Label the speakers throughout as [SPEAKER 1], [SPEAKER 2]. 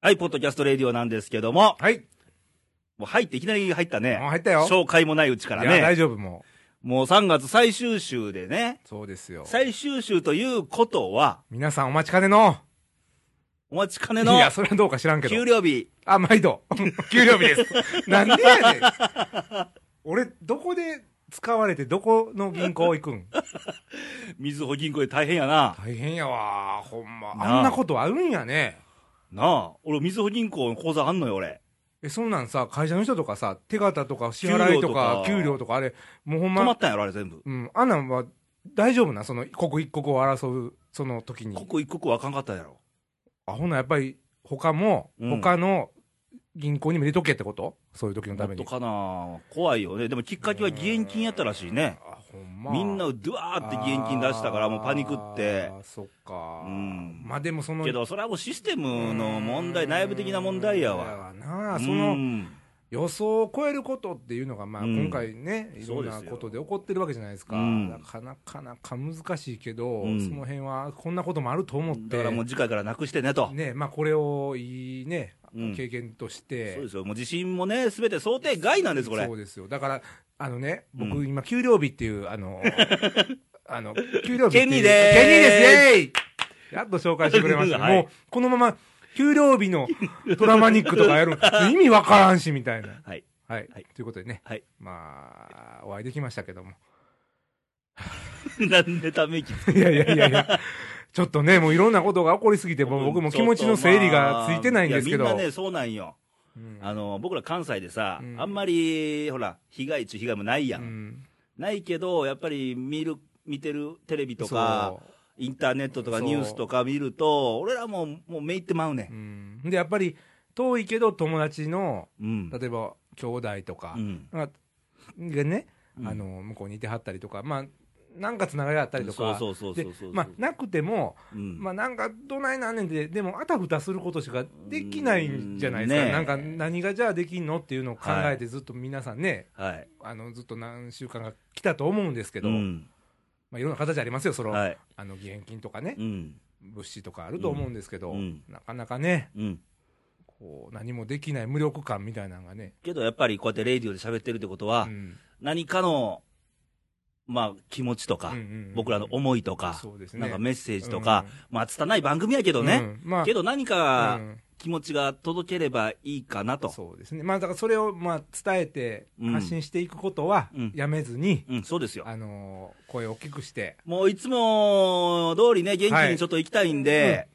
[SPEAKER 1] はい、ポッドキャストレディオなんですけども、
[SPEAKER 2] はい。
[SPEAKER 1] もう入って、いきなり入ったね。
[SPEAKER 2] もう入ったよ
[SPEAKER 1] 紹介もないうちから
[SPEAKER 2] いや、大
[SPEAKER 1] ね。
[SPEAKER 2] 丈夫、も
[SPEAKER 1] もう3月最終週でね、
[SPEAKER 2] う。そうですよ。
[SPEAKER 1] 最終週ということは、
[SPEAKER 2] 皆さんお待ちかねの。
[SPEAKER 1] お待ちかね
[SPEAKER 2] い
[SPEAKER 1] の
[SPEAKER 2] や、それはどうか知らんけ
[SPEAKER 1] 給
[SPEAKER 2] ど。
[SPEAKER 1] 料日。
[SPEAKER 2] あ、毎度。給料日です。 なんでやねん。俺、どこで使われて、どこの銀行行く ん
[SPEAKER 1] みずほ銀行で大変やな。
[SPEAKER 2] 大変やわ、ほんま。
[SPEAKER 1] なあ
[SPEAKER 2] あんなことあるんやね。
[SPEAKER 1] なあ、俺、みずほ銀行の口座あんのよ、俺。
[SPEAKER 2] え、そんなんさ、会社の人とかさ、手形とか支払いとか、
[SPEAKER 1] 給
[SPEAKER 2] 給
[SPEAKER 1] 料
[SPEAKER 2] 料とか、あれ、もうほ
[SPEAKER 1] 止
[SPEAKER 2] ん
[SPEAKER 1] ま
[SPEAKER 2] ま
[SPEAKER 1] っ、たんやろ、あれ全部。
[SPEAKER 2] うん、あんなんは大丈夫な、その、刻一刻を争う、その時に。
[SPEAKER 1] ここ一刻はあかんかったんやろ。
[SPEAKER 2] あほなやっぱり他も、
[SPEAKER 1] うん
[SPEAKER 2] 他の銀行にも入れとけってことそういう時のた
[SPEAKER 1] もっ
[SPEAKER 2] め
[SPEAKER 1] と
[SPEAKER 2] に
[SPEAKER 1] かな怖いよね。でもきっかけは義援金やったらしいね。
[SPEAKER 2] あほんま
[SPEAKER 1] みんな、ドゥワーって義援金出したから、もうパニクって
[SPEAKER 2] あ。ーそっか、
[SPEAKER 1] うん
[SPEAKER 2] まあでもその
[SPEAKER 1] けど、それはもうシステムの問
[SPEAKER 2] う
[SPEAKER 1] 題、
[SPEAKER 2] ん
[SPEAKER 1] 内部的な問題やわ。
[SPEAKER 2] だなあ
[SPEAKER 1] う
[SPEAKER 2] その
[SPEAKER 1] ん
[SPEAKER 2] 予想を超えることっていうのが、まあ、
[SPEAKER 1] うん
[SPEAKER 2] 今回ね、いろん
[SPEAKER 1] そ
[SPEAKER 2] な
[SPEAKER 1] うですよ
[SPEAKER 2] ことで起こってるわけじゃないですか、
[SPEAKER 1] うん
[SPEAKER 2] なかなかなか難しいけど、
[SPEAKER 1] うん
[SPEAKER 2] その辺はこんなこともあると思って、
[SPEAKER 1] だからもう次回からなくしてねと。
[SPEAKER 2] ねまあ、これをいい
[SPEAKER 1] う
[SPEAKER 2] ね、
[SPEAKER 1] ん
[SPEAKER 2] 経験とし
[SPEAKER 1] そう
[SPEAKER 2] て、
[SPEAKER 1] ですよ。もう地震もね、すべて想定外なんです、これ
[SPEAKER 2] そ。うですよ。だから、あのね、僕、
[SPEAKER 1] う
[SPEAKER 2] 今、給料日っていう、あの、あの、給料日って
[SPEAKER 1] ケニ
[SPEAKER 2] いう。
[SPEAKER 1] ーでーす
[SPEAKER 2] ケニーです、イェイやっと紹介してくれましたね。
[SPEAKER 1] はい
[SPEAKER 2] もう、このまま、給料日のドラマニックとか やる、意味わからんし、みたいな。
[SPEAKER 1] はい。
[SPEAKER 2] はい。
[SPEAKER 1] はい
[SPEAKER 2] ということでね、
[SPEAKER 1] はい。
[SPEAKER 2] まあ、お会いできましたけども。
[SPEAKER 1] なんでため息つ
[SPEAKER 2] いやいやいやいや。ちょっとね、もういろんなことが起こりすぎて、もう僕も気持ちの整理がついてないんですけど。
[SPEAKER 1] やみんなね、そうなんよ。
[SPEAKER 2] うん
[SPEAKER 1] あの、僕ら関西でさ、
[SPEAKER 2] うん
[SPEAKER 1] あんまり、ほら、被害地、被害もないや。
[SPEAKER 2] うんん
[SPEAKER 1] ないけど、やっぱり見る、見てるテレビとか、
[SPEAKER 2] そう
[SPEAKER 1] インターネットとか
[SPEAKER 2] そう
[SPEAKER 1] ニュースとか見ると、俺らもうもう目いってまうね
[SPEAKER 2] うん。で、やっぱり、遠いけど友達の、
[SPEAKER 1] ん。うん。
[SPEAKER 2] 例えば、兄弟とか
[SPEAKER 1] う、ん。
[SPEAKER 2] なんかがね、
[SPEAKER 1] うん
[SPEAKER 2] あの向こうにいてはったりとか、まあ、なんかつながりがあったりとか、
[SPEAKER 1] そうそうそうそうそう。
[SPEAKER 2] でまあ、なくても、
[SPEAKER 1] うん
[SPEAKER 2] まあ、なんかどないなんねんで、でもあたふたすることしかできないんじゃないですか、
[SPEAKER 1] ねえ
[SPEAKER 2] なんか何がじゃあできんのっていうのを考
[SPEAKER 1] は
[SPEAKER 2] え
[SPEAKER 1] い
[SPEAKER 2] て、ずっと皆さんね、
[SPEAKER 1] はい。
[SPEAKER 2] あのずっと何週間が来たと思うんですけど、
[SPEAKER 1] うん。
[SPEAKER 2] まあ、いろんな形ありますよ、その、
[SPEAKER 1] はい。
[SPEAKER 2] あの義援金とかね、
[SPEAKER 1] うん。
[SPEAKER 2] 物資とかあると思うんですけど、
[SPEAKER 1] うんうん
[SPEAKER 2] なかなかね、
[SPEAKER 1] うん。
[SPEAKER 2] こう何もできない無力感みたいなのがね。
[SPEAKER 1] けどやっぱりこうやってレディオで喋ってるってことは、
[SPEAKER 2] うん
[SPEAKER 1] 何かの、まあ、気持ちとか、
[SPEAKER 2] うんうんうん
[SPEAKER 1] 僕らの思いとか、
[SPEAKER 2] そうですね
[SPEAKER 1] なんかメッセージとか、まあ、拙い番組やけどね、
[SPEAKER 2] うんまあ
[SPEAKER 1] けど何
[SPEAKER 2] う
[SPEAKER 1] か
[SPEAKER 2] ん
[SPEAKER 1] 気持ちが届ければいいかなと。
[SPEAKER 2] そうですね、まあ、だからそれをまあ伝えて
[SPEAKER 1] うん、
[SPEAKER 2] 発信していくことは
[SPEAKER 1] うん
[SPEAKER 2] やめずに、
[SPEAKER 1] うん、そうですよ。
[SPEAKER 2] あのー声を大きくして、
[SPEAKER 1] もういつも通りね、元気
[SPEAKER 2] は
[SPEAKER 1] に
[SPEAKER 2] い
[SPEAKER 1] ちょっと行きたいんで、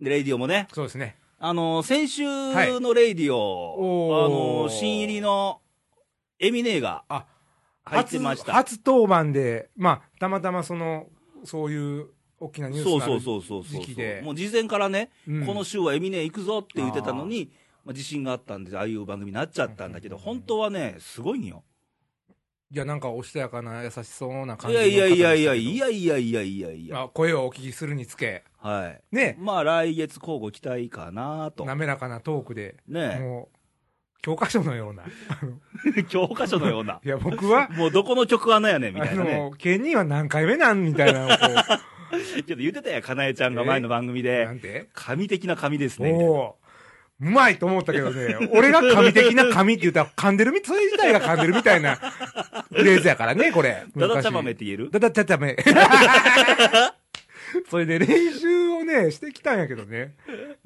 [SPEAKER 1] でレイディオもね、
[SPEAKER 2] そうですね、
[SPEAKER 1] あの、先週
[SPEAKER 2] い
[SPEAKER 1] のレイディオ、
[SPEAKER 2] お
[SPEAKER 1] あ
[SPEAKER 2] ー
[SPEAKER 1] の、新入りのエミネーが
[SPEAKER 2] あ
[SPEAKER 1] 入ってました。
[SPEAKER 2] 初初登板で、まあ、たまたまそのそういう大きなニュース
[SPEAKER 1] そう
[SPEAKER 2] があ
[SPEAKER 1] そ
[SPEAKER 2] る
[SPEAKER 1] うそうそうそう
[SPEAKER 2] 時期で。
[SPEAKER 1] もう事前からね、
[SPEAKER 2] うん
[SPEAKER 1] この週はエミネ行くぞって言ってたのに、まあ、自信があったんで、ああいう番組になっちゃったんだけど、
[SPEAKER 2] うん
[SPEAKER 1] 本当はね、すごいんよ。
[SPEAKER 2] いや、なんかおしとやかな、優しそうな感
[SPEAKER 1] い
[SPEAKER 2] じの
[SPEAKER 1] や
[SPEAKER 2] 方
[SPEAKER 1] いやいやいや、
[SPEAKER 2] でした
[SPEAKER 1] い
[SPEAKER 2] けど
[SPEAKER 1] やいやいやいやいや、
[SPEAKER 2] まあ、声をお聞きするにつけ、
[SPEAKER 1] はい。
[SPEAKER 2] ね、
[SPEAKER 1] まあ、来月交互期待かなと。
[SPEAKER 2] 滑らかなトークで、
[SPEAKER 1] ね
[SPEAKER 2] もう教科書のような、
[SPEAKER 1] え教科書のような。。
[SPEAKER 2] いや、僕は
[SPEAKER 1] もうどこの曲穴や ねんみ
[SPEAKER 2] あ
[SPEAKER 1] たいなね。
[SPEAKER 2] の、ケニーは何回目なんみたいなのをこ
[SPEAKER 1] ちょっと言ってたやん、かなえちゃんが前の番組
[SPEAKER 2] う、
[SPEAKER 1] で
[SPEAKER 2] な。んて
[SPEAKER 1] 神的な神ですね。みたいな
[SPEAKER 2] おーうまいと思ったけどね、俺が神的な神って言ったら噛んでるみ、それ自体が噛んでるみたいなフレーズやからね、これ。
[SPEAKER 1] だだちゃ豆って言える
[SPEAKER 2] だだちゃちゃ め。それで練習をね、してきたんやけどね。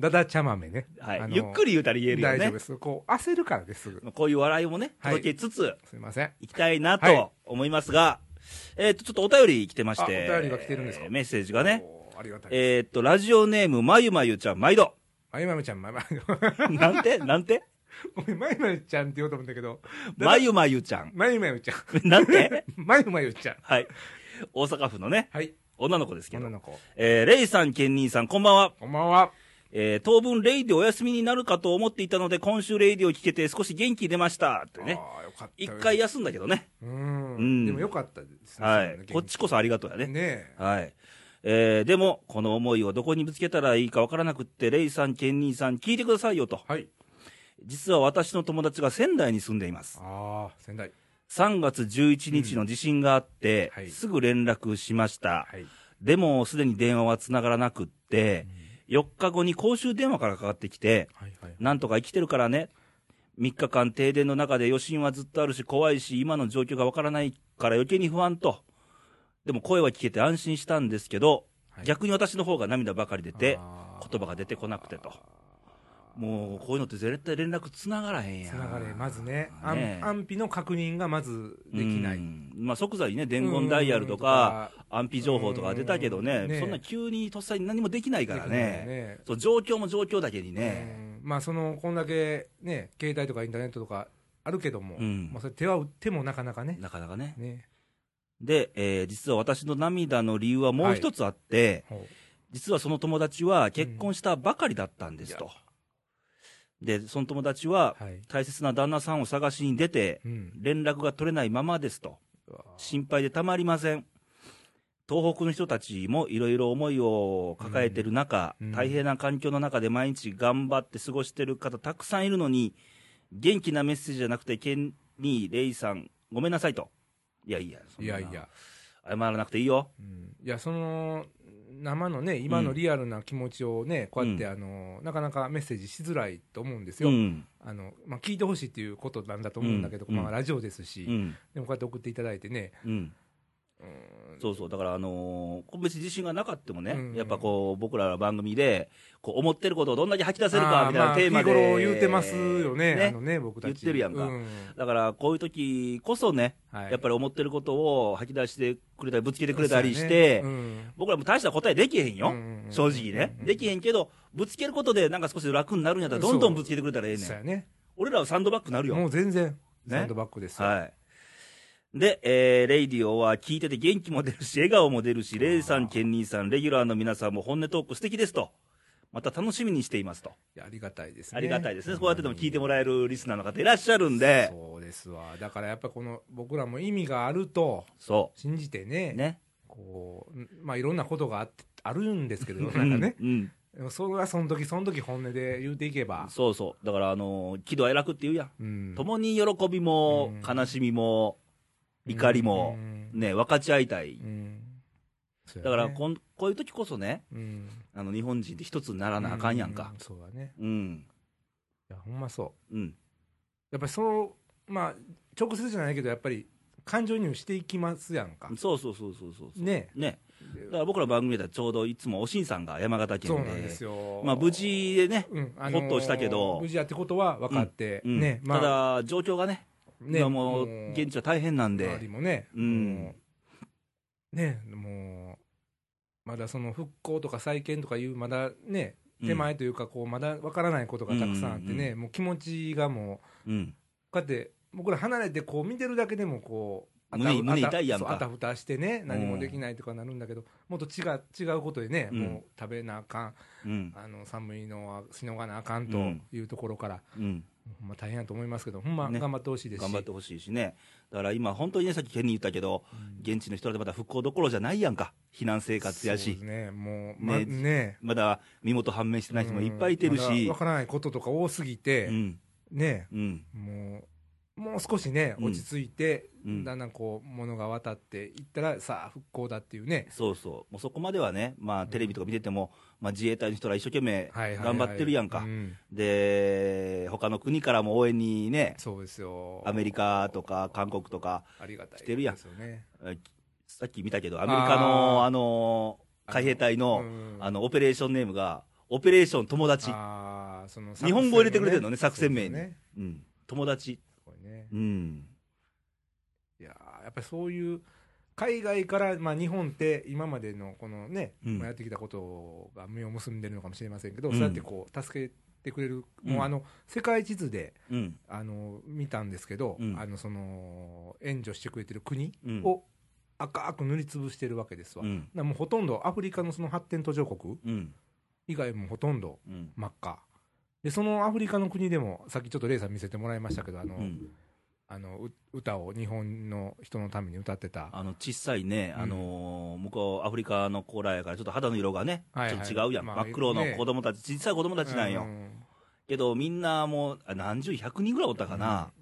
[SPEAKER 2] だだちゃ豆ね。
[SPEAKER 1] はい
[SPEAKER 2] あの
[SPEAKER 1] ゆっくり言うたら言えるよ
[SPEAKER 2] 大丈夫
[SPEAKER 1] ね
[SPEAKER 2] で。す。こう、焦るからです、すぐ。
[SPEAKER 1] こういう笑いもね、
[SPEAKER 2] はい
[SPEAKER 1] 届けつつ、
[SPEAKER 2] すいません。
[SPEAKER 1] いきたいな
[SPEAKER 2] はい
[SPEAKER 1] と思いますが、えっ、と、ちょっとお便り来てまして。
[SPEAKER 2] あお便りが来てるんですか
[SPEAKER 1] えーメッセージがね。
[SPEAKER 2] おー。ありがたいです。
[SPEAKER 1] えっ、と、ラジオネーム、まゆまゆちゃん、毎度。
[SPEAKER 2] まゆまゆちゃん、まゆま ゆ。
[SPEAKER 1] なんてなん て
[SPEAKER 2] ごめん、まゆまゆちゃんって言おうと思ったけど。だだ
[SPEAKER 1] まゆまゆちゃん。
[SPEAKER 2] まゆまゆちゃん。
[SPEAKER 1] なんて
[SPEAKER 2] まゆまゆちゃん。
[SPEAKER 1] はい。大阪府のね、
[SPEAKER 2] はい。
[SPEAKER 1] 女の子ですけど
[SPEAKER 2] 女。の子。
[SPEAKER 1] えー、レイさん、ケンニーさん、こんばんは。
[SPEAKER 2] こんばんは。
[SPEAKER 1] えー当分レイディお休みになるかと思っていたので、今週レイディを聞けて少し元気出ました。ってね。
[SPEAKER 2] あーよかった
[SPEAKER 1] 一
[SPEAKER 2] よ
[SPEAKER 1] 回休んだけどね。
[SPEAKER 2] うん、
[SPEAKER 1] うん
[SPEAKER 2] でもよかったですね。
[SPEAKER 1] は
[SPEAKER 2] その
[SPEAKER 1] い。
[SPEAKER 2] 元気
[SPEAKER 1] こっちこそありがとうやね。
[SPEAKER 2] ねえ。
[SPEAKER 1] はい。えーでも、この思いをどこにぶつけたらいいかわからなくって、レイさん、ケンニーさん、聞いてくださいよと。
[SPEAKER 2] はい。
[SPEAKER 1] 実は私の友達が仙台に住んでいます。
[SPEAKER 2] ああ、仙台。
[SPEAKER 1] 3月11日の地震があって、
[SPEAKER 2] うんはい
[SPEAKER 1] すぐ連絡しました。
[SPEAKER 2] はい。
[SPEAKER 1] でも、すでに電話はつながらなくって、 4日後に公衆電話からかかってきて、
[SPEAKER 2] はいはい。
[SPEAKER 1] なんとか生きてるからね。3日間停電の中で余震はずっとあるし怖いし、今の状況がわからないから余計に不安と。でも声は聞けて安心したんですけど、
[SPEAKER 2] はい
[SPEAKER 1] 逆に私の方が涙ばかり出て、
[SPEAKER 2] あー
[SPEAKER 1] 言葉が出てこなくてと。もうこういうのって絶対連絡つながらへんや
[SPEAKER 2] つ
[SPEAKER 1] ん。
[SPEAKER 2] ながれ、まずね
[SPEAKER 1] ね
[SPEAKER 2] 安、安否の確認がまずできな
[SPEAKER 1] う
[SPEAKER 2] い。
[SPEAKER 1] んまあ、即座にね、伝言ダイヤルとか、安否情報とか出たけど
[SPEAKER 2] う
[SPEAKER 1] ね、
[SPEAKER 2] んね
[SPEAKER 1] そんな急にとっさに何もできない
[SPEAKER 2] だ
[SPEAKER 1] からね、。そう状況も状況だけにね、
[SPEAKER 2] うんまあ、その、こんだけね、携帯とかインターネットとかあるけども、
[SPEAKER 1] うん
[SPEAKER 2] まあ、それ手は打ってもなかなかね。
[SPEAKER 1] なかなかね。
[SPEAKER 2] ね。
[SPEAKER 1] で、えー実は私の涙の理由はもう一つあって、
[SPEAKER 2] ほう
[SPEAKER 1] 実はその友達は結婚したばかりだったんですと。で、その友達は、
[SPEAKER 2] はい。
[SPEAKER 1] 大切な旦那さんを探しに出て、
[SPEAKER 2] うん。
[SPEAKER 1] 連絡が取れないままですと。心配でたまりません。東北の人たちもいろいろ思いを抱えてる中、
[SPEAKER 2] うんうん
[SPEAKER 1] 大変な環境の中で毎日頑張って過ごしてる方たくさんいるのに、元気なメッセージじゃなくて、ケンニー・レイさん、ごめんなさいと。いやいや、そん
[SPEAKER 2] い
[SPEAKER 1] な
[SPEAKER 2] やいや。
[SPEAKER 1] 謝らなくていいよ。
[SPEAKER 2] うんいや、その、生のね、今のリアルな気持ちをね、こうやって、
[SPEAKER 1] うん
[SPEAKER 2] あの、なかなかメッセージしづらいと思うんです
[SPEAKER 1] う
[SPEAKER 2] よ。
[SPEAKER 1] ん。
[SPEAKER 2] あの、まあ、聞いてほしいっていうことなんだと思うんだけど、
[SPEAKER 1] うん
[SPEAKER 2] まあ、ラジオです
[SPEAKER 1] う
[SPEAKER 2] し、
[SPEAKER 1] ん。
[SPEAKER 2] でもこうやって送っていただいてね、
[SPEAKER 1] うん。
[SPEAKER 2] うん
[SPEAKER 1] そうそう。だから、あのー別に自信がなかってもね、
[SPEAKER 2] うん
[SPEAKER 1] やっぱこう、僕らの番組で、こう、思ってることをどんだけ吐き出せる
[SPEAKER 2] あ
[SPEAKER 1] か、
[SPEAKER 2] ー
[SPEAKER 1] みたい
[SPEAKER 2] ま
[SPEAKER 1] な
[SPEAKER 2] あ
[SPEAKER 1] テーマで。
[SPEAKER 2] 日頃言うてますよね、あのね、僕たち。
[SPEAKER 1] 言ってるやんか
[SPEAKER 2] う
[SPEAKER 1] だから、こういう時こそね、
[SPEAKER 2] はい
[SPEAKER 1] やっぱり思ってることを吐き出してくれたり、ぶつけてくれたりし
[SPEAKER 2] そうや
[SPEAKER 1] て、
[SPEAKER 2] ねうん
[SPEAKER 1] 僕らも大した答えできへんよ、
[SPEAKER 2] うんうんうん
[SPEAKER 1] 正直ね、できへんけど、ぶつけることでなんか少し楽になるんやったら、どんどんぶつけてくれたらええね
[SPEAKER 2] そうや
[SPEAKER 1] ん、
[SPEAKER 2] ね。
[SPEAKER 1] 俺らはサンドバッグなるよ、
[SPEAKER 2] もう全然、
[SPEAKER 1] ね
[SPEAKER 2] サンドバッグですよ。
[SPEAKER 1] はい。で、えーレイディオは聞いてて元気も出るし、笑顔も出るし、レイさん、ケンニーさん、レギュラーの皆さんも本音トーク素敵ですと、また楽しみにしていますと、
[SPEAKER 2] いやありがたいですね。
[SPEAKER 1] ありがたいですね、こうやってでも聞いてもらえるリスナーの方いらっしゃるんで、
[SPEAKER 2] そうですわ。だからやっぱこの、僕らも意味があると
[SPEAKER 1] そ
[SPEAKER 2] 信じて
[SPEAKER 1] う、
[SPEAKER 2] ね、
[SPEAKER 1] ね。
[SPEAKER 2] こう、んまあいろんなことがあって、あるんです けど、なんかね。
[SPEAKER 1] うんうん
[SPEAKER 2] でもそれはその時その時本音で言うていけば、
[SPEAKER 1] そうそう、だから、あのー喜怒哀楽って言うやん、
[SPEAKER 2] うん
[SPEAKER 1] 共に喜びも、
[SPEAKER 2] うん
[SPEAKER 1] 悲しみも、怒りも
[SPEAKER 2] う、ん
[SPEAKER 1] ね、分かち合いたい、
[SPEAKER 2] うんそう
[SPEAKER 1] だ
[SPEAKER 2] やね
[SPEAKER 1] からこん、こういう時こそね、
[SPEAKER 2] うん
[SPEAKER 1] あの日本人って一つにならなあかんやんか
[SPEAKER 2] う、そうだね。
[SPEAKER 1] うん、
[SPEAKER 2] いや、ほんまそう。
[SPEAKER 1] うん、
[SPEAKER 2] やっぱりその、まあ、直接じゃないけど、やっぱり感情移入していきますやんか。
[SPEAKER 1] そうそうそうそうそう、
[SPEAKER 2] ね
[SPEAKER 1] ね、だから僕ら番組ではちょうどいつもおしんさんが山形
[SPEAKER 2] そう
[SPEAKER 1] 県
[SPEAKER 2] なんです
[SPEAKER 1] で、
[SPEAKER 2] よ。
[SPEAKER 1] まあ、無、事でね、
[SPEAKER 2] うん
[SPEAKER 1] ほっとしたけど
[SPEAKER 2] 無事やってことは分かって、
[SPEAKER 1] うん
[SPEAKER 2] ね、まあ、
[SPEAKER 1] ただ、状況がね、
[SPEAKER 2] ね
[SPEAKER 1] 今もう現地は大変なん
[SPEAKER 2] 周り
[SPEAKER 1] で、
[SPEAKER 2] もね、
[SPEAKER 1] うん
[SPEAKER 2] もうね、もう、まだその復興とか再建とかいう、まだね、手前というか、こう、まだ分からないことがたくさんあって
[SPEAKER 1] うんうん
[SPEAKER 2] ね、もう気持ちがもう、
[SPEAKER 1] うん、
[SPEAKER 2] こうやって、僕ら離れてこう見てるだけでもこう、あた
[SPEAKER 1] 胸胸
[SPEAKER 2] あた
[SPEAKER 1] 痛いやんか
[SPEAKER 2] そうあたふたしてね、何もできないとかなるんだけど、もっと違う違うことでね、
[SPEAKER 1] うん
[SPEAKER 2] もう食べなあかん、
[SPEAKER 1] うん、
[SPEAKER 2] あの寒いのはしのがなあかん
[SPEAKER 1] う
[SPEAKER 2] と
[SPEAKER 1] ん
[SPEAKER 2] いうところから、
[SPEAKER 1] うん。
[SPEAKER 2] ほんま大変だと思いますけど、ほんま
[SPEAKER 1] ね
[SPEAKER 2] 頑張ってほしいですし、
[SPEAKER 1] 頑張ってほしいしね、だから今、本当にね、さっきケンに言ったけど、現地の人らでまだ復興どころじゃないやんか、避難生活や
[SPEAKER 2] そうで
[SPEAKER 1] し
[SPEAKER 2] す、ね、もう、ま、
[SPEAKER 1] ね
[SPEAKER 2] ね
[SPEAKER 1] まだ身元判明してない人もいっぱいいてるし
[SPEAKER 2] わ、からないこととか多すぎて、
[SPEAKER 1] うん、
[SPEAKER 2] ね
[SPEAKER 1] うん、
[SPEAKER 2] もう、もう少しね、
[SPEAKER 1] うん
[SPEAKER 2] 落ち着いて、
[SPEAKER 1] うん
[SPEAKER 2] だんだんこう、物が渡っていったら、さあ、復興だっていうね、
[SPEAKER 1] そうそう、もうそこまではね、まあ、テレビとか見てても、まあ、自衛隊の人ら一生懸命
[SPEAKER 2] はいはいはい
[SPEAKER 1] 頑張ってるやんか、
[SPEAKER 2] う
[SPEAKER 1] で、他の国からも応援にね、
[SPEAKER 2] そうですよ。
[SPEAKER 1] アメリカとか韓国とか、
[SPEAKER 2] ありがたい。
[SPEAKER 1] 来てるやん
[SPEAKER 2] ですよね。
[SPEAKER 1] えさっき見たけど、アメリカの
[SPEAKER 2] あー
[SPEAKER 1] あの海兵隊の
[SPEAKER 2] うん
[SPEAKER 1] あのオペレーションネームが、オペレーション友達。
[SPEAKER 2] あーその
[SPEAKER 1] 日本語入れてくれてるのね、作戦名に。
[SPEAKER 2] そうですよね
[SPEAKER 1] うん、友達。
[SPEAKER 2] これね
[SPEAKER 1] うん。
[SPEAKER 2] いやーやっぱりそういう、海外から、まあ、日本って今までのこのね、
[SPEAKER 1] うん
[SPEAKER 2] まあやってきたことが実を結んでるのかもしれませんけど、
[SPEAKER 1] うん
[SPEAKER 2] そうやってこう、助けてくれる、
[SPEAKER 1] うん
[SPEAKER 2] もうあの、世界地図で、
[SPEAKER 1] うん。
[SPEAKER 2] あの、見たんですけど、
[SPEAKER 1] うん
[SPEAKER 2] あの、その、援助してくれてる国
[SPEAKER 1] うん
[SPEAKER 2] を赤く塗りつぶしてるわけですわ。
[SPEAKER 1] う
[SPEAKER 2] だか
[SPEAKER 1] ん。
[SPEAKER 2] らもうほとんどアフリカのその発展途上国
[SPEAKER 1] うん。
[SPEAKER 2] 以外もほとんど
[SPEAKER 1] うん。
[SPEAKER 2] 真っ赤。で、そのアフリカの国でも、さっきちょっとレイさん見せてもらいましたけど、あの、
[SPEAKER 1] うん
[SPEAKER 2] あのう歌を日本の人のために歌ってた。
[SPEAKER 1] あの、小さいね、
[SPEAKER 2] うん
[SPEAKER 1] あのー向こう、アフリカの子らやから、ちょっと肌の色がね、
[SPEAKER 2] はい
[SPEAKER 1] ち
[SPEAKER 2] は
[SPEAKER 1] ょっと違う
[SPEAKER 2] い
[SPEAKER 1] やん。
[SPEAKER 2] まあ
[SPEAKER 1] 真っ黒の
[SPEAKER 2] ね
[SPEAKER 1] 子供たち、小さい子供たちなんよ。けど、みんなもう、あ何十、百人ぐらいおったかな。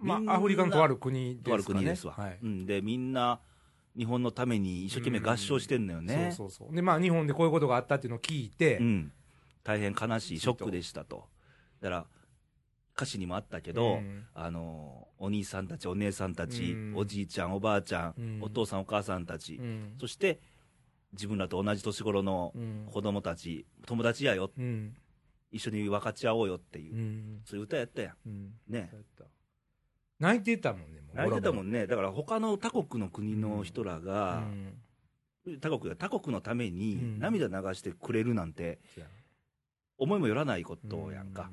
[SPEAKER 2] うんま
[SPEAKER 1] みんな
[SPEAKER 2] あ、アフリカのとある国です
[SPEAKER 1] と
[SPEAKER 2] か
[SPEAKER 1] あ
[SPEAKER 2] ね。
[SPEAKER 1] る国ですわ。
[SPEAKER 2] はい。
[SPEAKER 1] うん。で、みんな、日本のために一生懸命合唱してんのよね。
[SPEAKER 2] そうそうそう。で、まあ、日本でこういうことがあったっていうのを聞いて、
[SPEAKER 1] うん。大変悲しいショックでしたと。だから、歌詞にもあったけ
[SPEAKER 2] け
[SPEAKER 1] ど、あの、お兄さんたち、お姉さんたち、
[SPEAKER 2] うん
[SPEAKER 1] おじいちゃん、おばあちゃん、
[SPEAKER 2] うん
[SPEAKER 1] お父さん、お母さんたち、
[SPEAKER 2] うん
[SPEAKER 1] そして、自分らと同じ年頃の
[SPEAKER 2] うん
[SPEAKER 1] 子供たち、友達やよ、
[SPEAKER 2] うん
[SPEAKER 1] 一緒に分かち合おうよっていうう、
[SPEAKER 2] ん
[SPEAKER 1] そういう歌やったやん。
[SPEAKER 2] うん
[SPEAKER 1] ね。
[SPEAKER 2] そうやった泣いてたもんねもう
[SPEAKER 1] 泣いてた
[SPEAKER 2] ボ
[SPEAKER 1] も
[SPEAKER 2] ロ
[SPEAKER 1] んね。だから他の他国の国の人ら
[SPEAKER 2] ボロ
[SPEAKER 1] が
[SPEAKER 2] う、ん
[SPEAKER 1] 他国が他国のため
[SPEAKER 2] う
[SPEAKER 1] に
[SPEAKER 2] ん
[SPEAKER 1] 涙流してくれるなんて、
[SPEAKER 2] そうや
[SPEAKER 1] 思いもよらないことやんか。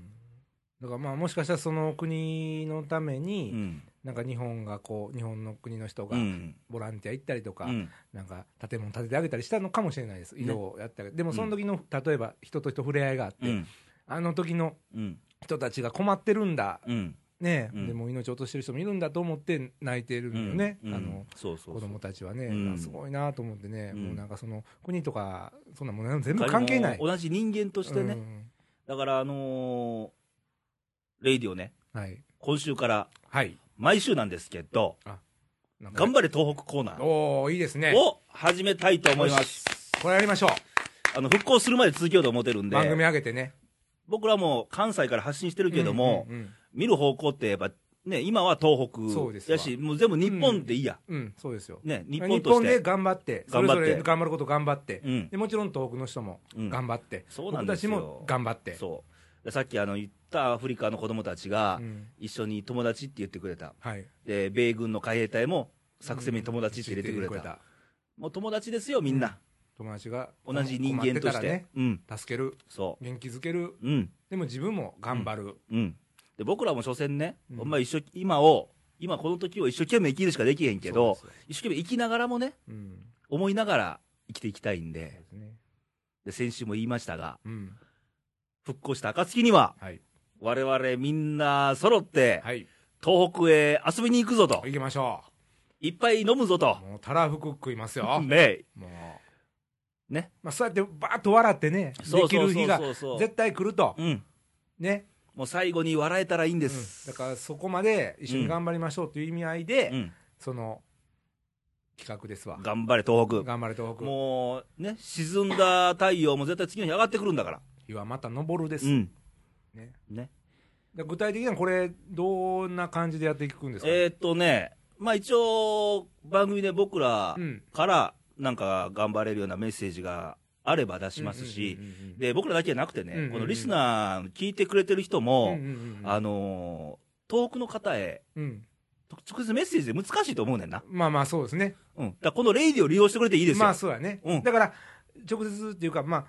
[SPEAKER 2] だからまあもしかしたらその国のため
[SPEAKER 1] う
[SPEAKER 2] に、
[SPEAKER 1] ん。
[SPEAKER 2] なんか日本がこう日本の国の人
[SPEAKER 1] う
[SPEAKER 2] が
[SPEAKER 1] ん。
[SPEAKER 2] ボランティア行ったりとか、
[SPEAKER 1] うん
[SPEAKER 2] なんか建物建ててあげたりしたのかもしれないです
[SPEAKER 1] ね
[SPEAKER 2] 移動をやったり、でもその時の、例えば人と人触れ合いがあって、
[SPEAKER 1] うん。
[SPEAKER 2] あの時の
[SPEAKER 1] うん。
[SPEAKER 2] 人たちが困ってるんだ
[SPEAKER 1] うん。
[SPEAKER 2] ね、
[SPEAKER 1] うん
[SPEAKER 2] でも命を落としてる人もいるんだと思って泣いてるんだよね、
[SPEAKER 1] うん
[SPEAKER 2] あの、
[SPEAKER 1] そうそうそう。
[SPEAKER 2] 子供たちはね、
[SPEAKER 1] うん
[SPEAKER 2] あすごいなと思ってね、
[SPEAKER 1] うん
[SPEAKER 2] もうなんかその国とか、そんなもの全部関係ない。
[SPEAKER 1] 彼も同じ人間としてね。だから、あのーレイディオね、
[SPEAKER 2] うんはい、
[SPEAKER 1] 今週から、
[SPEAKER 2] はい、
[SPEAKER 1] 毎週なんですけど、
[SPEAKER 2] なんか
[SPEAKER 1] 頑張れ東北コーナー
[SPEAKER 2] おー、いいですね、
[SPEAKER 1] を始めたいと思います。
[SPEAKER 2] これやりましょう、
[SPEAKER 1] あの、復興するまで続けようと思ってるんで、
[SPEAKER 2] 番組上げてね。
[SPEAKER 1] 僕らも関西から発信してるけども、
[SPEAKER 2] うんうん
[SPEAKER 1] 見る方向ってやっぱ、ね、今は東
[SPEAKER 2] そうです
[SPEAKER 1] 北
[SPEAKER 2] わ
[SPEAKER 1] やし、もう全部日本でいいや。
[SPEAKER 2] うん、うんそうですよ、
[SPEAKER 1] ね、日
[SPEAKER 2] 日
[SPEAKER 1] 本
[SPEAKER 2] 本
[SPEAKER 1] とし
[SPEAKER 2] で
[SPEAKER 1] て。
[SPEAKER 2] 頑張って、そ
[SPEAKER 1] 頑
[SPEAKER 2] れ
[SPEAKER 1] 張って
[SPEAKER 2] ぞれ頑張ること頑張って、
[SPEAKER 1] うん
[SPEAKER 2] でもちろん東北の人も
[SPEAKER 1] うん
[SPEAKER 2] 頑張って、
[SPEAKER 1] そうなん
[SPEAKER 2] 僕
[SPEAKER 1] で
[SPEAKER 2] た
[SPEAKER 1] す
[SPEAKER 2] ち
[SPEAKER 1] よ
[SPEAKER 2] も頑張って、
[SPEAKER 1] そう。でさっきあの言ったアフリカの子供たちが、
[SPEAKER 2] うん
[SPEAKER 1] 一緒に友達って言ってくれた。
[SPEAKER 2] はい、
[SPEAKER 1] で、米軍の海兵隊も作戦目に友達って入れてくれた。もう友達ですよ、みんな。
[SPEAKER 2] 友達が
[SPEAKER 1] 同じ人間とし。
[SPEAKER 2] 困ってたらね
[SPEAKER 1] うん。
[SPEAKER 2] 助ける、
[SPEAKER 1] そ
[SPEAKER 2] 元気づける、
[SPEAKER 1] う。うん。
[SPEAKER 2] でも自分も頑張る、
[SPEAKER 1] うん。で、僕らも所詮ね、
[SPEAKER 2] うん
[SPEAKER 1] ほんま一生、今を、今この時を一生懸命生きるしかできへんけど
[SPEAKER 2] そう、ですよ
[SPEAKER 1] 一生懸命生きながらもね、
[SPEAKER 2] うん
[SPEAKER 1] 思いながら生きていきたいん
[SPEAKER 2] そう
[SPEAKER 1] で
[SPEAKER 2] で、すね
[SPEAKER 1] で先週も言いましたが、
[SPEAKER 2] うん
[SPEAKER 1] 復興した暁には、
[SPEAKER 2] はい、
[SPEAKER 1] 我々みんな揃って、
[SPEAKER 2] はい、
[SPEAKER 1] 東北へ遊びに行くぞと、
[SPEAKER 2] 行きましょ
[SPEAKER 1] いっぱい飲むぞと
[SPEAKER 2] う、、もうたらふく食いますよ、も
[SPEAKER 1] ね、
[SPEAKER 2] う、
[SPEAKER 1] ね、
[SPEAKER 2] まあ、そうやってばーっと笑ってね、
[SPEAKER 1] そ
[SPEAKER 2] で
[SPEAKER 1] う
[SPEAKER 2] き
[SPEAKER 1] そう
[SPEAKER 2] る
[SPEAKER 1] そ
[SPEAKER 2] 日
[SPEAKER 1] う
[SPEAKER 2] が
[SPEAKER 1] そうそう
[SPEAKER 2] 絶対来ると、
[SPEAKER 1] うん、
[SPEAKER 2] ね、
[SPEAKER 1] もう最後に笑えたらいいんで
[SPEAKER 2] うん
[SPEAKER 1] す。
[SPEAKER 2] だからそこまで一緒に頑張りましょうという意味合いで、
[SPEAKER 1] うん、
[SPEAKER 2] その企画ですわ、
[SPEAKER 1] 頑張れ東北。
[SPEAKER 2] 頑張れ東北、
[SPEAKER 1] もうね、沈んだ太陽も絶対次の日上がってくるんだから。
[SPEAKER 2] 日はまた昇るです、
[SPEAKER 1] うん。
[SPEAKER 2] ね
[SPEAKER 1] ね。
[SPEAKER 2] で具体的にはこれ、どんな感じでやっていくんですか、
[SPEAKER 1] えーっとね、まあ一応、番組で僕ら
[SPEAKER 2] うん
[SPEAKER 1] からなんか頑張れるようなメッセージがあれば出しますし
[SPEAKER 2] うん、うんうんうん
[SPEAKER 1] で、僕らだけじゃなくてね、
[SPEAKER 2] うんうんうん
[SPEAKER 1] このリスナー聞いてくれてる人も、
[SPEAKER 2] うんうんうん
[SPEAKER 1] あのー遠くの方へ、
[SPEAKER 2] うん
[SPEAKER 1] 直接メッセージで難しいと思うねんな。
[SPEAKER 2] まあまあそうですね、
[SPEAKER 1] うん。だからこのレイディを利用してくれていいですよ。
[SPEAKER 2] まあそうやね、
[SPEAKER 1] うん
[SPEAKER 2] だから直接っていうか、まあ、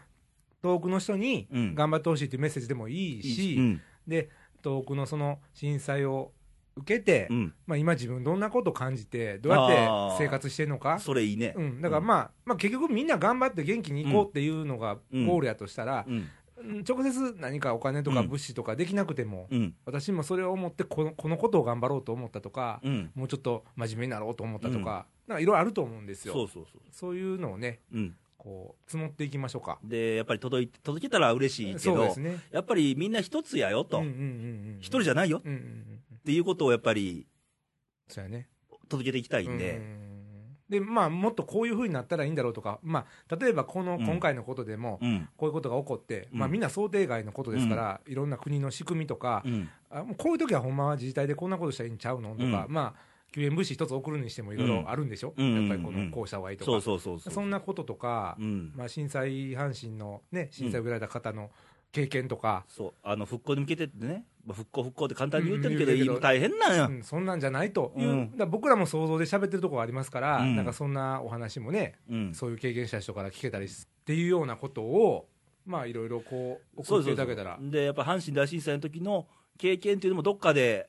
[SPEAKER 2] 遠くの人に
[SPEAKER 1] うん
[SPEAKER 2] 頑張ってほしいっていうメッセージでもいいし、
[SPEAKER 1] うん。
[SPEAKER 2] で遠くのその震災を受けて、
[SPEAKER 1] うん。
[SPEAKER 2] まあ、今、自分、どんなことを感じて、どうやって生活してるのか。
[SPEAKER 1] それいいね。
[SPEAKER 2] うん、だからまあ、まあ結局みんな頑張って元気に行こうっていうのが
[SPEAKER 1] うん
[SPEAKER 2] ゴールやとしたら
[SPEAKER 1] う、ん。
[SPEAKER 2] うん直接何かお金とか
[SPEAKER 1] うん
[SPEAKER 2] 物資とかできなくても、
[SPEAKER 1] うん。
[SPEAKER 2] 私もそれを思ってこのこのことを頑張ろうと思ったとか、
[SPEAKER 1] うん。
[SPEAKER 2] もうちょっと真面目になろうと思ったとか、なんかいろいろあると思うんですよ。
[SPEAKER 1] そうそうそう。
[SPEAKER 2] そういうのをね、
[SPEAKER 1] うん。
[SPEAKER 2] こう、積もっていきましょうか。
[SPEAKER 1] で、やっぱり届いて、届けたら嬉しいけ
[SPEAKER 2] そうで
[SPEAKER 1] ど
[SPEAKER 2] す、ね。
[SPEAKER 1] やっぱりみんな一つやよと
[SPEAKER 2] うんう。んうんうん。
[SPEAKER 1] 一人じゃないよっ
[SPEAKER 2] うんうんうん。
[SPEAKER 1] ていうことをやっぱり
[SPEAKER 2] そうやね。
[SPEAKER 1] 届けていきたいん
[SPEAKER 2] うんうん
[SPEAKER 1] で、
[SPEAKER 2] うんで、まあ、もっとこういうふうになったらいいんだろうとか、まあ、例えばこの、
[SPEAKER 1] うん
[SPEAKER 2] 今回のことでも、
[SPEAKER 1] うん。
[SPEAKER 2] こういうことが起こって、まあ、
[SPEAKER 1] うん
[SPEAKER 2] みんな想定外のことですから、いろんな国の仕組みとか
[SPEAKER 1] う、ん。
[SPEAKER 2] あもうこういう時はほんまは自治体でこんなことしたらいいんちゃうのとか、
[SPEAKER 1] う
[SPEAKER 2] まあ、救援物資一つ送るにしてもいろいろあるんでしょ、
[SPEAKER 1] うん
[SPEAKER 2] やっぱりこ
[SPEAKER 1] うんうんう
[SPEAKER 2] の
[SPEAKER 1] ん
[SPEAKER 2] こうした方がいいとか、
[SPEAKER 1] そうそうそうそう。
[SPEAKER 2] そんなこととか、
[SPEAKER 1] うん。
[SPEAKER 2] まあ、震災阪神の、ね、震災を受けられた方の経験とか、
[SPEAKER 1] そう。あの、復興に向けてってね、まあ復興復興って簡単に言ってるけど、
[SPEAKER 2] うんうん
[SPEAKER 1] 今大変なん
[SPEAKER 2] う
[SPEAKER 1] や
[SPEAKER 2] ん。そんなんじゃないという、
[SPEAKER 1] うん
[SPEAKER 2] だから僕らも想像で喋ってるところありますから、
[SPEAKER 1] うん
[SPEAKER 2] なんかそんなお話もね、
[SPEAKER 1] うん。
[SPEAKER 2] そういう経験した人から聞けたりすっていうようなことを、まあ、いろいろこう送っていただけたら。
[SPEAKER 1] そうそうそうで、やっぱ阪神大震災の時の経験っていうのもどっかで、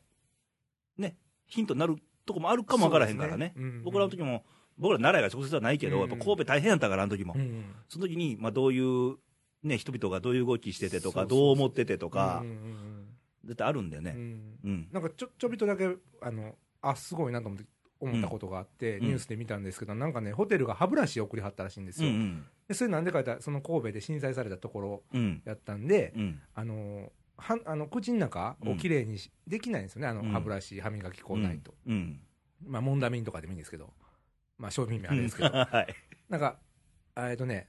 [SPEAKER 1] ね、ヒントになるとこもあるかもわからへんからね。
[SPEAKER 2] そうですねうんうん
[SPEAKER 1] 僕らの時も、僕ら奈良が直接はないけど、
[SPEAKER 2] うん
[SPEAKER 1] やっぱ神戸大変やったから、あの時も。
[SPEAKER 2] うん
[SPEAKER 1] その時に、まあ、どういう、ね、人々がどういう動きしててとか、
[SPEAKER 2] そうそうそう
[SPEAKER 1] どう思っててとか、
[SPEAKER 2] うんうん
[SPEAKER 1] 絶対あるんだよ
[SPEAKER 2] うん
[SPEAKER 1] ね。
[SPEAKER 2] うん
[SPEAKER 1] うん。
[SPEAKER 2] なんかちょちょびっとだけあのあすごいなと思って思ったことがあって、
[SPEAKER 1] うん
[SPEAKER 2] ニュースで見たんですけど、なんかねホテルが歯ブラシを送りはったらしいんです
[SPEAKER 1] うん。う
[SPEAKER 2] よ、
[SPEAKER 1] ん。
[SPEAKER 2] でそれなんでかって言ったらその神戸で震災されたところ
[SPEAKER 1] うん。
[SPEAKER 2] やったんで、
[SPEAKER 1] うん。
[SPEAKER 2] あのはあの口の中をきれいにし、できないんですよねあの
[SPEAKER 1] うん
[SPEAKER 2] 歯ブラシ歯磨き粉ないと、
[SPEAKER 1] うん。
[SPEAKER 2] まあモンダミンとかでもいいんですけどまあ商品名あ
[SPEAKER 1] う
[SPEAKER 2] れ
[SPEAKER 1] ん。
[SPEAKER 2] ですけど、
[SPEAKER 1] はい。
[SPEAKER 2] なんかあえっとね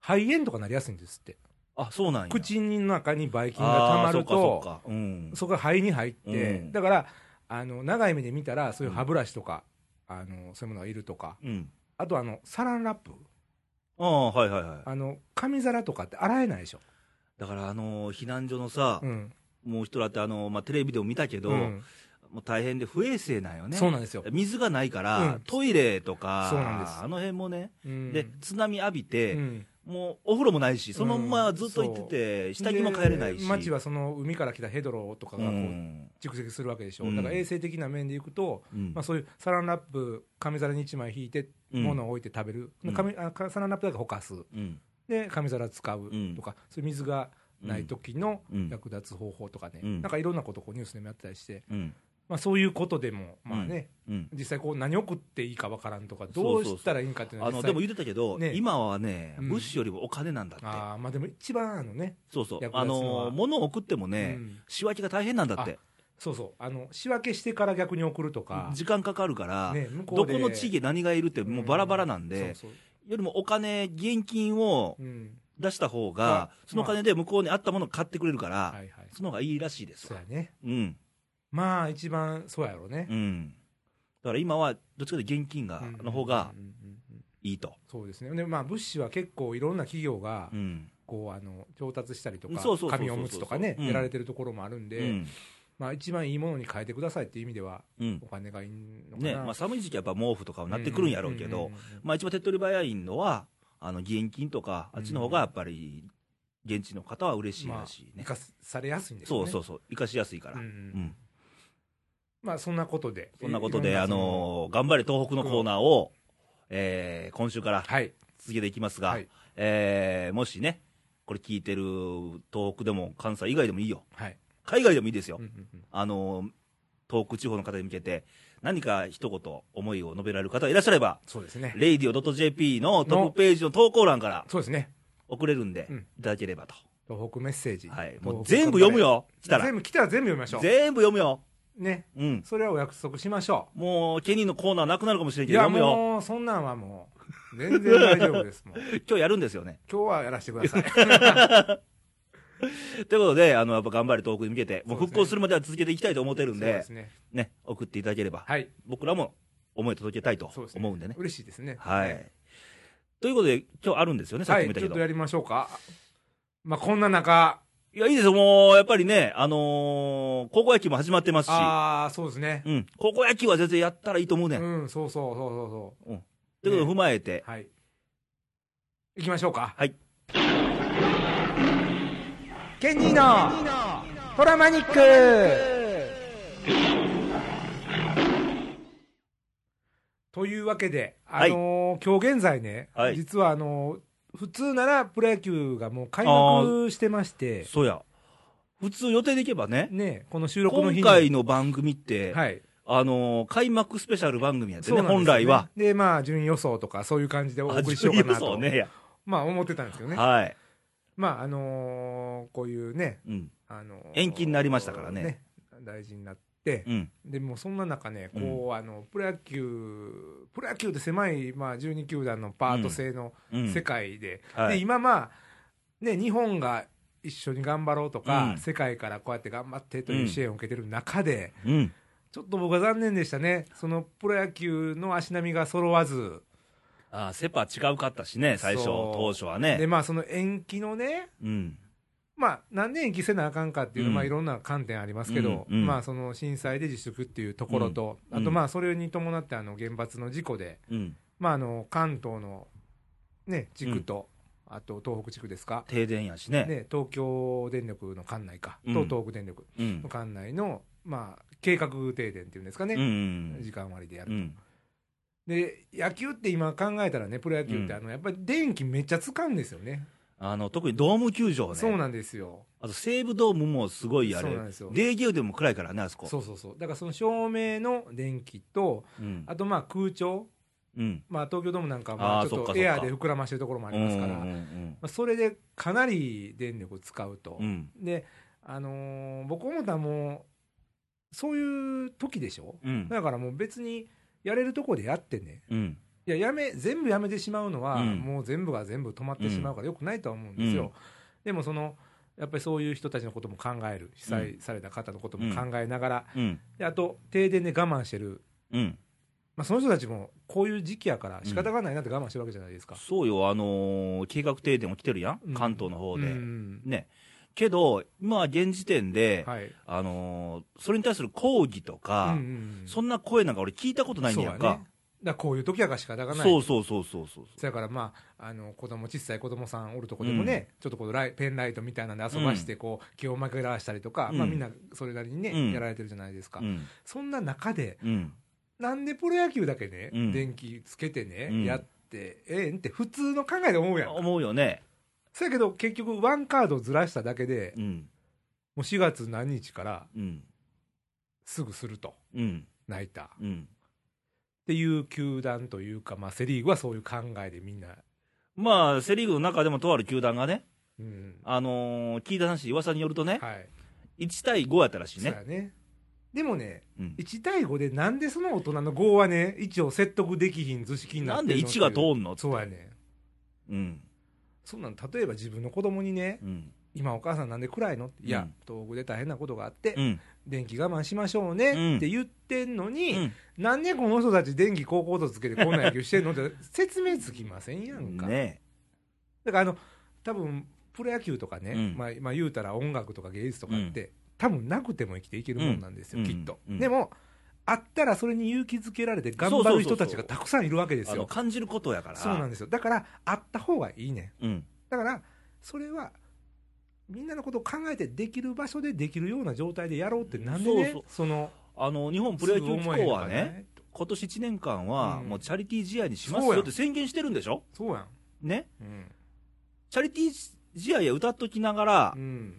[SPEAKER 2] 肺炎とかなりやすいんですって
[SPEAKER 1] あ、そうなんや。
[SPEAKER 2] 口の中にばい菌が
[SPEAKER 1] あー
[SPEAKER 2] たまる
[SPEAKER 1] そ
[SPEAKER 2] と
[SPEAKER 1] うかそうかうん
[SPEAKER 2] そこが肺に入って、
[SPEAKER 1] うん
[SPEAKER 2] だからあの長い目で見たらそういう歯ブラシとか、あのそういうものがいるとか
[SPEAKER 1] うん。
[SPEAKER 2] あとあのサランラップ
[SPEAKER 1] ああ、はいはいはい。
[SPEAKER 2] あの紙皿とかって洗えないでしょ、
[SPEAKER 1] だから、あのー避難所のさ、
[SPEAKER 2] うん
[SPEAKER 1] もう人らって、あのーまあ、テレビでも見たけど、
[SPEAKER 2] うん
[SPEAKER 1] もう大変で不衛生なんよね。
[SPEAKER 2] そうなんですよ、
[SPEAKER 1] 水がないから、
[SPEAKER 2] うん
[SPEAKER 1] トイレとか、
[SPEAKER 2] そうなんです
[SPEAKER 1] あの辺もね、
[SPEAKER 2] うん
[SPEAKER 1] で、津波浴びて、
[SPEAKER 2] うん
[SPEAKER 1] もうお風呂もないし、そのままずっと行ってて、下着も帰れない
[SPEAKER 2] で
[SPEAKER 1] し。
[SPEAKER 2] 町はその海から来たヘドロとか
[SPEAKER 1] う、
[SPEAKER 2] がこうん蓄積するわけでしょ、
[SPEAKER 1] うん
[SPEAKER 2] だから衛生的な面でいくと、
[SPEAKER 1] うん
[SPEAKER 2] まあ、そういうサランラップ紙皿に1枚引いて
[SPEAKER 1] うん
[SPEAKER 2] 物を置いて食べる、
[SPEAKER 1] うん
[SPEAKER 2] 紙あかサランラップだけほかす
[SPEAKER 1] うん
[SPEAKER 2] で紙皿使うとか、そういう水がない時の
[SPEAKER 1] うん
[SPEAKER 2] 役立つ方法とかね、
[SPEAKER 1] うん
[SPEAKER 2] なんかいろんなことをこうニュースでもやってたりして、
[SPEAKER 1] うん
[SPEAKER 2] まあ、そういうことでも、まあね
[SPEAKER 1] うん
[SPEAKER 2] 実際こう何を食っていいかわからんとか
[SPEAKER 1] そう
[SPEAKER 2] ど
[SPEAKER 1] そう
[SPEAKER 2] う
[SPEAKER 1] そう
[SPEAKER 2] したらいいんかっていうの
[SPEAKER 1] あ
[SPEAKER 2] は
[SPEAKER 1] の
[SPEAKER 2] 実
[SPEAKER 1] で
[SPEAKER 2] 際
[SPEAKER 1] も言ってたけど、
[SPEAKER 2] ね
[SPEAKER 1] 今はね、
[SPEAKER 2] うん
[SPEAKER 1] 物資よりもお金なんだって、
[SPEAKER 2] あーまあでも一番あのね
[SPEAKER 1] そうそう、
[SPEAKER 2] 役
[SPEAKER 1] あ
[SPEAKER 2] 立つのは
[SPEAKER 1] の物を送ってもね、
[SPEAKER 2] うん
[SPEAKER 1] 仕分けが大変なんだって、
[SPEAKER 2] そうそうあの仕分けしてから逆に送るとか、
[SPEAKER 1] 時間かかるから、
[SPEAKER 2] ね向こ
[SPEAKER 1] ど
[SPEAKER 2] うで
[SPEAKER 1] この地域、何がいるって、もうバラバラなんで、
[SPEAKER 2] そうそ
[SPEAKER 1] よりもお金、現金を
[SPEAKER 2] ううん
[SPEAKER 1] 出した方が、
[SPEAKER 2] まあ
[SPEAKER 1] そのお金で向こうにあったものを買ってくれるから、
[SPEAKER 2] はいはい
[SPEAKER 1] その方がいいらしいです
[SPEAKER 2] そう
[SPEAKER 1] わ
[SPEAKER 2] や。ね
[SPEAKER 1] うん
[SPEAKER 2] まあ一番そうやろうね、
[SPEAKER 1] うん、だから今はどっちかというと現金が、
[SPEAKER 2] うん
[SPEAKER 1] の方が
[SPEAKER 2] うんうんうんうん
[SPEAKER 1] いいと、
[SPEAKER 2] そうですねでまあ物資は結構いろんな企業が
[SPEAKER 1] うん
[SPEAKER 2] こうあの調達したりと
[SPEAKER 1] うん
[SPEAKER 2] か
[SPEAKER 1] そうそうそうそう
[SPEAKER 2] 紙おむつとかね
[SPEAKER 1] うん
[SPEAKER 2] やられてるところもあるんで、
[SPEAKER 1] うん
[SPEAKER 2] まあ、一番いいものに変えてくださいっていう意味では
[SPEAKER 1] うん
[SPEAKER 2] お金がいいのかな、
[SPEAKER 1] ねまあ、寒い時期はやっぱ毛布とかはなってくるんやろうけど、
[SPEAKER 2] んうんうんうん
[SPEAKER 1] まあ、一番手っ取り早いのは、あの現金とか、あっちの方がやっぱり、現地の方は嬉しいらしいね
[SPEAKER 2] 生、かされやすいんです
[SPEAKER 1] そ
[SPEAKER 2] よ
[SPEAKER 1] う
[SPEAKER 2] ね
[SPEAKER 1] そううそう、生かしやすいから、うん
[SPEAKER 2] んうんまあそんなことで
[SPEAKER 1] そんなことで、
[SPEAKER 2] いろ
[SPEAKER 1] あ
[SPEAKER 2] んなその
[SPEAKER 1] のー頑張れ東北のコーナーを、えー今週から
[SPEAKER 2] はい
[SPEAKER 1] 続けていきますが、
[SPEAKER 2] はい
[SPEAKER 1] えーもしね、これ聞いてる東北でも関西以外でもいいよ、
[SPEAKER 2] はい、
[SPEAKER 1] 海外でもいいですよ。
[SPEAKER 2] うんうんうん
[SPEAKER 1] あの、東北地方の方に向けて、何か一言思いを述べられる方がいらっしゃれば、
[SPEAKER 2] そうですね
[SPEAKER 1] radio.jp のトップページの投稿欄から
[SPEAKER 2] そうですね
[SPEAKER 1] 送れるんで
[SPEAKER 2] うん、
[SPEAKER 1] いただければと。
[SPEAKER 2] 東北メッセージ、
[SPEAKER 1] はい。
[SPEAKER 2] 東
[SPEAKER 1] もう
[SPEAKER 2] 北
[SPEAKER 1] 全部読むよ。来たら
[SPEAKER 2] 全。部来たら全部読みましょう
[SPEAKER 1] 全部読むよ。
[SPEAKER 2] ね
[SPEAKER 1] うん。
[SPEAKER 2] それはお約束しましょ
[SPEAKER 1] もう、ケニーのコーナーなくなるかもしれん
[SPEAKER 2] う
[SPEAKER 1] け
[SPEAKER 2] い
[SPEAKER 1] ど、
[SPEAKER 2] や
[SPEAKER 1] 読むよ。
[SPEAKER 2] もうそんなんはもう全然大丈夫です もう
[SPEAKER 1] 今日やるんですよね。
[SPEAKER 2] 今日はやらせてください
[SPEAKER 1] ということで、あの、やっぱ頑張れ東北に向けて、もう
[SPEAKER 2] そうですね
[SPEAKER 1] 復興するまでは続けていきたいと思ってるん
[SPEAKER 2] そうで、
[SPEAKER 1] です
[SPEAKER 2] ね
[SPEAKER 1] ね、送っていただければ、
[SPEAKER 2] はい
[SPEAKER 1] 僕らも思い届けたいと
[SPEAKER 2] そうですね
[SPEAKER 1] 思うんでね。
[SPEAKER 2] 嬉しいですね
[SPEAKER 1] はい。ということで、今日あるんですよね、さっ
[SPEAKER 2] は
[SPEAKER 1] きも言
[SPEAKER 2] い
[SPEAKER 1] った
[SPEAKER 2] ち
[SPEAKER 1] け
[SPEAKER 2] ょっ
[SPEAKER 1] ど
[SPEAKER 2] と。やりましょうかまあこんな中
[SPEAKER 1] いや、いいですよ。もう、やっぱりね、あのー高校野球も始まってますし、
[SPEAKER 2] ああそうですね
[SPEAKER 1] うん。高校野球は全然やったらいいと思うねん。
[SPEAKER 2] う
[SPEAKER 1] と、
[SPEAKER 2] んそうそうそうそうそ
[SPEAKER 1] いうことを踏まえて、
[SPEAKER 2] うはい行きましょうか
[SPEAKER 1] はい
[SPEAKER 2] ケニーのトラマニックというわけで、あのー今日現在ね、
[SPEAKER 1] はい
[SPEAKER 2] 実はあのー普通ならプロ野球がもう開幕してまして、
[SPEAKER 1] そうや。普通予定でいけばね、
[SPEAKER 2] ね、この収録の日
[SPEAKER 1] 今
[SPEAKER 2] に、
[SPEAKER 1] 回の番組って、
[SPEAKER 2] はい、
[SPEAKER 1] あのー開幕スペシャル番組やって
[SPEAKER 2] そう
[SPEAKER 1] ね、
[SPEAKER 2] なんですよね
[SPEAKER 1] 本来は。
[SPEAKER 2] で、まあ、順位予想とか、そういう感じでお
[SPEAKER 1] あ
[SPEAKER 2] 送りしようかな
[SPEAKER 1] そう
[SPEAKER 2] と、
[SPEAKER 1] ね、いや
[SPEAKER 2] まあ、思ってたんですよね。
[SPEAKER 1] はい。
[SPEAKER 2] まあ、あのーこういうね、
[SPEAKER 1] うん。
[SPEAKER 2] あのー
[SPEAKER 1] 延期になりましたからね
[SPEAKER 2] 大事になって
[SPEAKER 1] う、ん。
[SPEAKER 2] でもうそんな中ね、こうあのプロ野球、プロ野球って狭い、まあ、12球団のパート制の
[SPEAKER 1] うん。
[SPEAKER 2] 世界で、
[SPEAKER 1] はい
[SPEAKER 2] で今、まあね、日本が一緒に頑張ろうとか、
[SPEAKER 1] うん
[SPEAKER 2] 世界からこうやって頑張ってという支援を受けてる中で、
[SPEAKER 1] うん。
[SPEAKER 2] ちょっと僕は残念でしたね、そのプロ野球の足並みが揃わず、
[SPEAKER 1] あーセパ違うかったしね、最初、
[SPEAKER 2] そう
[SPEAKER 1] 当初は
[SPEAKER 2] で
[SPEAKER 1] ね。
[SPEAKER 2] まあ、その延期のね、
[SPEAKER 1] うん。
[SPEAKER 2] まあ、何年延期せなあかんかっていうのは、
[SPEAKER 1] うん
[SPEAKER 2] まあ、いろんな観点ありますけど、
[SPEAKER 1] うんうん
[SPEAKER 2] まあ、その震災で自粛っていうところと、
[SPEAKER 1] うん
[SPEAKER 2] あと、
[SPEAKER 1] うん
[SPEAKER 2] まあ、それに伴ってあの原発の事故で。
[SPEAKER 1] うん。
[SPEAKER 2] まあ、あの関東の、ね、地区と、あと東北地区ですか、
[SPEAKER 1] 停電やしね。
[SPEAKER 2] ね、東京電力の管内か、
[SPEAKER 1] うん
[SPEAKER 2] と東北電力
[SPEAKER 1] うん
[SPEAKER 2] の。管内の、まあ、計画停電っていうんですか
[SPEAKER 1] う
[SPEAKER 2] ね、
[SPEAKER 1] ん。
[SPEAKER 2] 時間割でや
[SPEAKER 1] う
[SPEAKER 2] る、
[SPEAKER 1] ん。
[SPEAKER 2] で野球って今考えたらね、プロ野球って、
[SPEAKER 1] うん
[SPEAKER 2] あのやっぱり電気めっちゃ使うんですよね、
[SPEAKER 1] あの、特にドーム球場ね。
[SPEAKER 2] そうなんですよ、
[SPEAKER 1] あと西武ドームもすごいあれ
[SPEAKER 2] そうなんですよ、
[SPEAKER 1] デーゲーでも暗いからね、あそこ。
[SPEAKER 2] そうそうそう、だからその照明の電気と、
[SPEAKER 1] うん。
[SPEAKER 2] あとまあ空調、
[SPEAKER 1] うん。
[SPEAKER 2] まあ、東京ドームなんかはま
[SPEAKER 1] あ
[SPEAKER 2] あ
[SPEAKER 1] ー
[SPEAKER 2] ちょ
[SPEAKER 1] そっ
[SPEAKER 2] っ
[SPEAKER 1] かそっ
[SPEAKER 2] と
[SPEAKER 1] か
[SPEAKER 2] エアーで膨らましてるところもありますから、
[SPEAKER 1] うんう
[SPEAKER 2] ま
[SPEAKER 1] ん
[SPEAKER 2] あ、それでかなり電力使うと。
[SPEAKER 1] うんうん。
[SPEAKER 2] で、あのー僕思ったらもう、そういう時でしょ、
[SPEAKER 1] うん。
[SPEAKER 2] だからもう別にやれるとこでやってね、
[SPEAKER 1] うん。
[SPEAKER 2] いややめ全部やめてしまうのは、
[SPEAKER 1] うん
[SPEAKER 2] もう全部が全部止まってしまうからよくないとは思うんですよ。でもそのやっぱりそういう人たちのことも考える被災された方のことも考えながら、
[SPEAKER 1] うん、
[SPEAKER 2] であと停電で我慢してる、
[SPEAKER 1] うん、
[SPEAKER 2] まあ、その人たちもこういう時期やから仕方がないなって我慢してるわけじゃないですか、
[SPEAKER 1] そうよ、あのー計画停電起きてるやん、
[SPEAKER 2] うん
[SPEAKER 1] 関東の方で、
[SPEAKER 2] うん
[SPEAKER 1] ね、けど、今、現時点で、
[SPEAKER 2] はい
[SPEAKER 1] あのーそれに対する抗議とか、そんな声なんか俺、聞いたことないんやん
[SPEAKER 2] そうやね
[SPEAKER 1] か、
[SPEAKER 2] だからこういう時やから仕方がない
[SPEAKER 1] そうそうそうそうそう、
[SPEAKER 2] だからまあ、あの子供小さい子供さんおるとこでもね、ちょっとこのライペンライトみたいなんで遊ばしてこう、気を紛らわしたりとか、
[SPEAKER 1] うん
[SPEAKER 2] まあ、みんなそれなりにね、
[SPEAKER 1] うん
[SPEAKER 2] やられてるじゃないですか、
[SPEAKER 1] うん、
[SPEAKER 2] そんな中で、
[SPEAKER 1] うん、
[SPEAKER 2] なんでプロ野球だけね、
[SPEAKER 1] うん
[SPEAKER 2] 電気つけてね、
[SPEAKER 1] うん
[SPEAKER 2] やってええんって、普通の考えで思うやん、
[SPEAKER 1] 思うよね、
[SPEAKER 2] そやけど、結局、ワンカードずらしただけで、
[SPEAKER 1] うん、
[SPEAKER 2] もう4月何日から
[SPEAKER 1] うん、
[SPEAKER 2] すぐすると、
[SPEAKER 1] うん、
[SPEAKER 2] 泣いたっ
[SPEAKER 1] うん、
[SPEAKER 2] ていう球団というか、まあ、セ・リーグはそういう考えでみんな、
[SPEAKER 1] まあ、セ・リーグの中でもとある球団がね、
[SPEAKER 2] うん、
[SPEAKER 1] あのー聞いた話、噂によるとね、
[SPEAKER 2] はい、
[SPEAKER 1] 1対5やったらしい
[SPEAKER 2] そう
[SPEAKER 1] ね
[SPEAKER 2] や。ね。でもね、
[SPEAKER 1] うん
[SPEAKER 2] 1対5でなんでその大人の5はね1を説得できひん図式にな
[SPEAKER 1] な
[SPEAKER 2] っ
[SPEAKER 1] ん
[SPEAKER 2] て
[SPEAKER 1] で
[SPEAKER 2] るの
[SPEAKER 1] 1が
[SPEAKER 2] ってい
[SPEAKER 1] 通んの
[SPEAKER 2] うそうやね
[SPEAKER 1] うん。
[SPEAKER 2] そんなん例えば自分の子供にね
[SPEAKER 1] うん。
[SPEAKER 2] 今お母さんなんで暗いのいや、東北で大変なことがあって、
[SPEAKER 1] うん。
[SPEAKER 2] 電気我慢しましょうね、
[SPEAKER 1] うん
[SPEAKER 2] って言ってんの
[SPEAKER 1] う
[SPEAKER 2] に、
[SPEAKER 1] ん
[SPEAKER 2] なんでこの人たち電気高校とつけてこんな野球してんのって説明つきませんやんか、
[SPEAKER 1] ね
[SPEAKER 2] だからあの多分プロ野球とかね、
[SPEAKER 1] うん
[SPEAKER 2] まあ、まあ言うたら音楽とか芸術とかって、多分なくても生きていけるもんなんですよ、
[SPEAKER 1] うん
[SPEAKER 2] きっと、
[SPEAKER 1] うん
[SPEAKER 2] でもあったらそれに勇気づけられて頑
[SPEAKER 1] そうそうそう
[SPEAKER 2] 張る
[SPEAKER 1] そう
[SPEAKER 2] 人たちがたくさんいるわけです
[SPEAKER 1] あの
[SPEAKER 2] よ
[SPEAKER 1] 感じることやから。
[SPEAKER 2] そうなんですよだからあった方がいいね
[SPEAKER 1] うん。
[SPEAKER 2] だからそれはみんなのことを考えてできる場所でできるような状態でやろうってなんでね
[SPEAKER 1] そうそう
[SPEAKER 2] その
[SPEAKER 1] あの、日本プロ野球機構は
[SPEAKER 2] すぐ思えへんのか
[SPEAKER 1] ね、今年1年間は、
[SPEAKER 2] うん
[SPEAKER 1] もうチャリティー試合にします
[SPEAKER 2] そう
[SPEAKER 1] よ
[SPEAKER 2] や
[SPEAKER 1] って宣言してるんでしょ
[SPEAKER 2] そうやん
[SPEAKER 1] ね。
[SPEAKER 2] うん、
[SPEAKER 1] チャリティー試合や歌っときながら
[SPEAKER 2] う、ん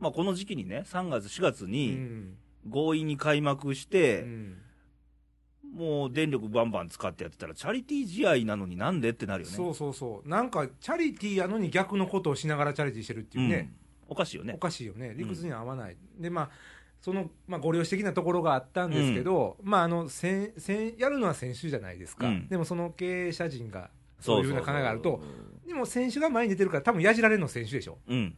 [SPEAKER 1] まあこの時期にね、3月、4月
[SPEAKER 2] う
[SPEAKER 1] に
[SPEAKER 2] ん
[SPEAKER 1] 強引に開幕し
[SPEAKER 2] う
[SPEAKER 1] て、
[SPEAKER 2] ん
[SPEAKER 1] もう電力バンバン使ってやってたら、チャリティー試合なのになんでってなるよね。
[SPEAKER 2] そうそうそうなんかチャリティーやのに逆のことをしながらチャリティーしてるっていうね、
[SPEAKER 1] うんおかしいよね
[SPEAKER 2] お。かしいよね、理屈には合わない、でまあ、その、まあ、ご利用し的なところがあったんですけど、まあ、あのせんせんやるのは選手じゃないですか、
[SPEAKER 1] うん
[SPEAKER 2] でもその経営者陣がそういうふうな考えがあると、
[SPEAKER 1] そうそうそう
[SPEAKER 2] でも選手が前に出てるから、多分やじられるの選手でしょ、
[SPEAKER 1] うん。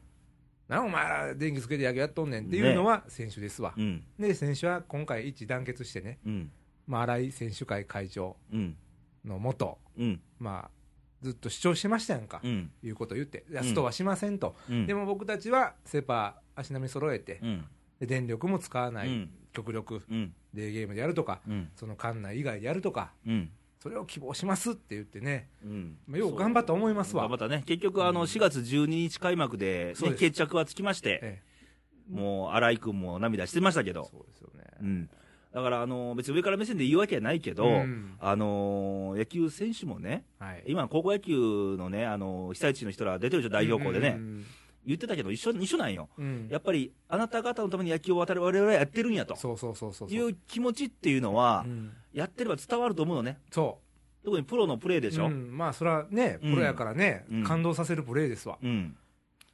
[SPEAKER 2] なあお前ら電気つけて野球やっとんねんっていうのは選手ですわ、
[SPEAKER 1] うん。
[SPEAKER 2] で選手は今回、一致団結してね、
[SPEAKER 1] うん。
[SPEAKER 2] まあ、新井選手会会長
[SPEAKER 1] うん。
[SPEAKER 2] の元、
[SPEAKER 1] うん。
[SPEAKER 2] まあ、ずっと主張してましたやんか。
[SPEAKER 1] うん。
[SPEAKER 2] いうことを言って、い
[SPEAKER 1] うん
[SPEAKER 2] やストはしませんと、
[SPEAKER 1] うん。
[SPEAKER 2] でも僕たちはセ・パ足並み揃えて
[SPEAKER 1] う、ん。
[SPEAKER 2] で電力も使わない、
[SPEAKER 1] うん
[SPEAKER 2] 極力
[SPEAKER 1] うん。
[SPEAKER 2] デーゲームでやるとか、
[SPEAKER 1] うん。
[SPEAKER 2] その館内以外でやるとか、
[SPEAKER 1] うん。
[SPEAKER 2] それを希望しますって言ってね、
[SPEAKER 1] うん
[SPEAKER 2] まあ、よう頑張ったと思いますわ
[SPEAKER 1] 頑張っ。たね、結局、あ
[SPEAKER 2] う
[SPEAKER 1] の
[SPEAKER 2] ん
[SPEAKER 1] 4月12日開幕で,、
[SPEAKER 2] そう
[SPEAKER 1] ね、
[SPEAKER 2] です
[SPEAKER 1] 決着はつきまして、
[SPEAKER 2] え
[SPEAKER 1] もう新井君も涙してましたけ
[SPEAKER 2] え
[SPEAKER 1] ど、
[SPEAKER 2] そうですよね。
[SPEAKER 1] うん、だからあの別に上から目線で言うわけはないけど、
[SPEAKER 2] うん
[SPEAKER 1] あの野球選手もね、
[SPEAKER 2] はい、
[SPEAKER 1] 今、高校野球のね、あの被災地の人ら出てるでしょ、代表校でね、
[SPEAKER 2] うん
[SPEAKER 1] 言ってたけど一緒、一緒なんよ、
[SPEAKER 2] うんうん
[SPEAKER 1] やっぱりあなた方のために野球を渡る我々はやってるんやと
[SPEAKER 2] そうそうそうそうそう。
[SPEAKER 1] いう気持ちっていうのは、
[SPEAKER 2] うん
[SPEAKER 1] やってれば伝わると思うのね、
[SPEAKER 2] そ
[SPEAKER 1] 特にプロのプレー
[SPEAKER 2] う
[SPEAKER 1] でしょ。
[SPEAKER 2] うんまあ、それはね、
[SPEAKER 1] うん
[SPEAKER 2] プロやからね、
[SPEAKER 1] うん
[SPEAKER 2] 感動させるプレーですわ。
[SPEAKER 1] うん、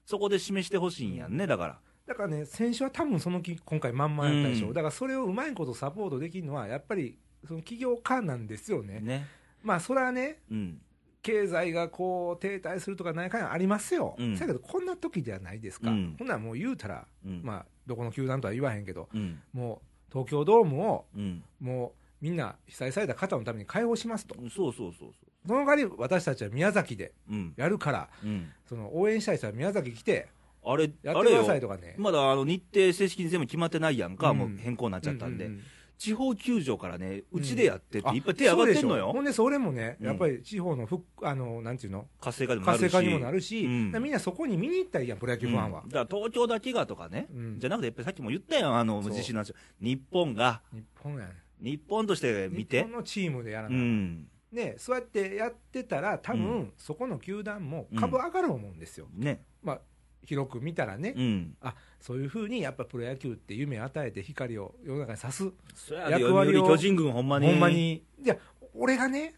[SPEAKER 1] そこで示してほしいんやんね、だから。
[SPEAKER 2] だからね、選手は多分その気今回、まんまやったでしょ、
[SPEAKER 1] うん
[SPEAKER 2] だからそれをうまいことサポートできるのは、やっぱりその企業家なんですよね。
[SPEAKER 1] ね。
[SPEAKER 2] まあ、それはね、
[SPEAKER 1] うん。
[SPEAKER 2] 経済がこう停滞するとか何かんやありますよ、
[SPEAKER 1] うん
[SPEAKER 2] だけどこんな時じゃないですか、
[SPEAKER 1] うん
[SPEAKER 2] ほんならもう言うたら、
[SPEAKER 1] うん。
[SPEAKER 2] まあ、どこの球団とは言わへんけど、
[SPEAKER 1] うん。
[SPEAKER 2] もう東京ドームを
[SPEAKER 1] うん。
[SPEAKER 2] もうみんな被災された方のために開放しますと、
[SPEAKER 1] そうそうそうそ
[SPEAKER 2] その代わり私たちは宮崎で
[SPEAKER 1] う。うん。
[SPEAKER 2] やるから、
[SPEAKER 1] うん。
[SPEAKER 2] その応援したい人は宮崎来て、
[SPEAKER 1] あれ、
[SPEAKER 2] や
[SPEAKER 1] あ
[SPEAKER 2] って
[SPEAKER 1] れ
[SPEAKER 2] ください
[SPEAKER 1] よ。
[SPEAKER 2] とかね。
[SPEAKER 1] まだあの日程正式に全部決まってないやんか、
[SPEAKER 2] うん
[SPEAKER 1] もう変更になっちゃったんで、
[SPEAKER 2] ううう
[SPEAKER 1] 地方球場からね、うちでやってって、
[SPEAKER 2] あ
[SPEAKER 1] いっぱい手上がってんの
[SPEAKER 2] そうでしょほ
[SPEAKER 1] よ、
[SPEAKER 2] んで、それもね、
[SPEAKER 1] うん
[SPEAKER 2] やっぱり地方の復、あの、なんていうの、
[SPEAKER 1] 活性化にもなる
[SPEAKER 2] 活
[SPEAKER 1] し、
[SPEAKER 2] 性化にもなるし、
[SPEAKER 1] うん
[SPEAKER 2] だからみんなそこに見に行ったらいいやん、プロ野球ファンは
[SPEAKER 1] うん。だから東京だけがとかね、
[SPEAKER 2] うん
[SPEAKER 1] じゃなくて、やっぱりさっきも言ったよ、あの
[SPEAKER 2] そう
[SPEAKER 1] 地震の話、日本が、
[SPEAKER 2] 日本やね
[SPEAKER 1] 日本として見
[SPEAKER 2] 日
[SPEAKER 1] て
[SPEAKER 2] 本、のチームでやら
[SPEAKER 1] う
[SPEAKER 2] ない、
[SPEAKER 1] ん、
[SPEAKER 2] ね、そうやってやってたら、多分、
[SPEAKER 1] うん
[SPEAKER 2] そこの球団も
[SPEAKER 1] うん
[SPEAKER 2] 株上がると思うんですよ、
[SPEAKER 1] ね、
[SPEAKER 2] まあ、広く見たらね、
[SPEAKER 1] うん、
[SPEAKER 2] あそういうふうにやっぱプロ野球って夢与えて、光を世の中に差す、
[SPEAKER 1] そやで
[SPEAKER 2] 役
[SPEAKER 1] 読売
[SPEAKER 2] 割を
[SPEAKER 1] 巨人軍、ほんまに、
[SPEAKER 2] ほんまに、いや、俺がね、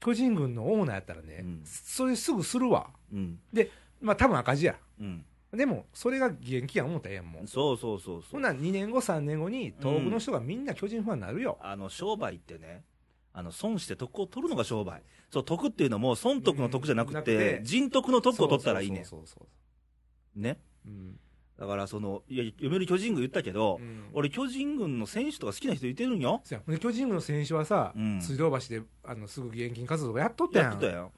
[SPEAKER 2] 巨人軍のオーナーやったらね、
[SPEAKER 1] うん
[SPEAKER 2] それすぐするわ、
[SPEAKER 1] うん、
[SPEAKER 2] まあ多分赤字や、
[SPEAKER 1] うん、
[SPEAKER 2] でもそれが元気や思ったらええやん、もう。
[SPEAKER 1] そうそうそうそ
[SPEAKER 2] ほ。
[SPEAKER 1] うん
[SPEAKER 2] なん2年後、3年後に、東北の人がみんな巨人ファンになるよ。
[SPEAKER 1] あの商売ってね、あの損して得を取るのが商売、そう得っていうのも、損得の得じゃなく
[SPEAKER 2] うんなく
[SPEAKER 1] て
[SPEAKER 2] て、
[SPEAKER 1] 人得の得を取ったらいいねん
[SPEAKER 2] そうそうそうそう
[SPEAKER 1] ね。
[SPEAKER 2] うん
[SPEAKER 1] だから、その、いや、読売巨人軍言ったけど、
[SPEAKER 2] うん
[SPEAKER 1] 俺、巨人軍の選手とか好きな人いてるんよ。
[SPEAKER 2] そうやで巨人軍の選手はさ、
[SPEAKER 1] うん
[SPEAKER 2] 水道橋であのすぐ現金活動やっとったやん
[SPEAKER 1] やってたやん。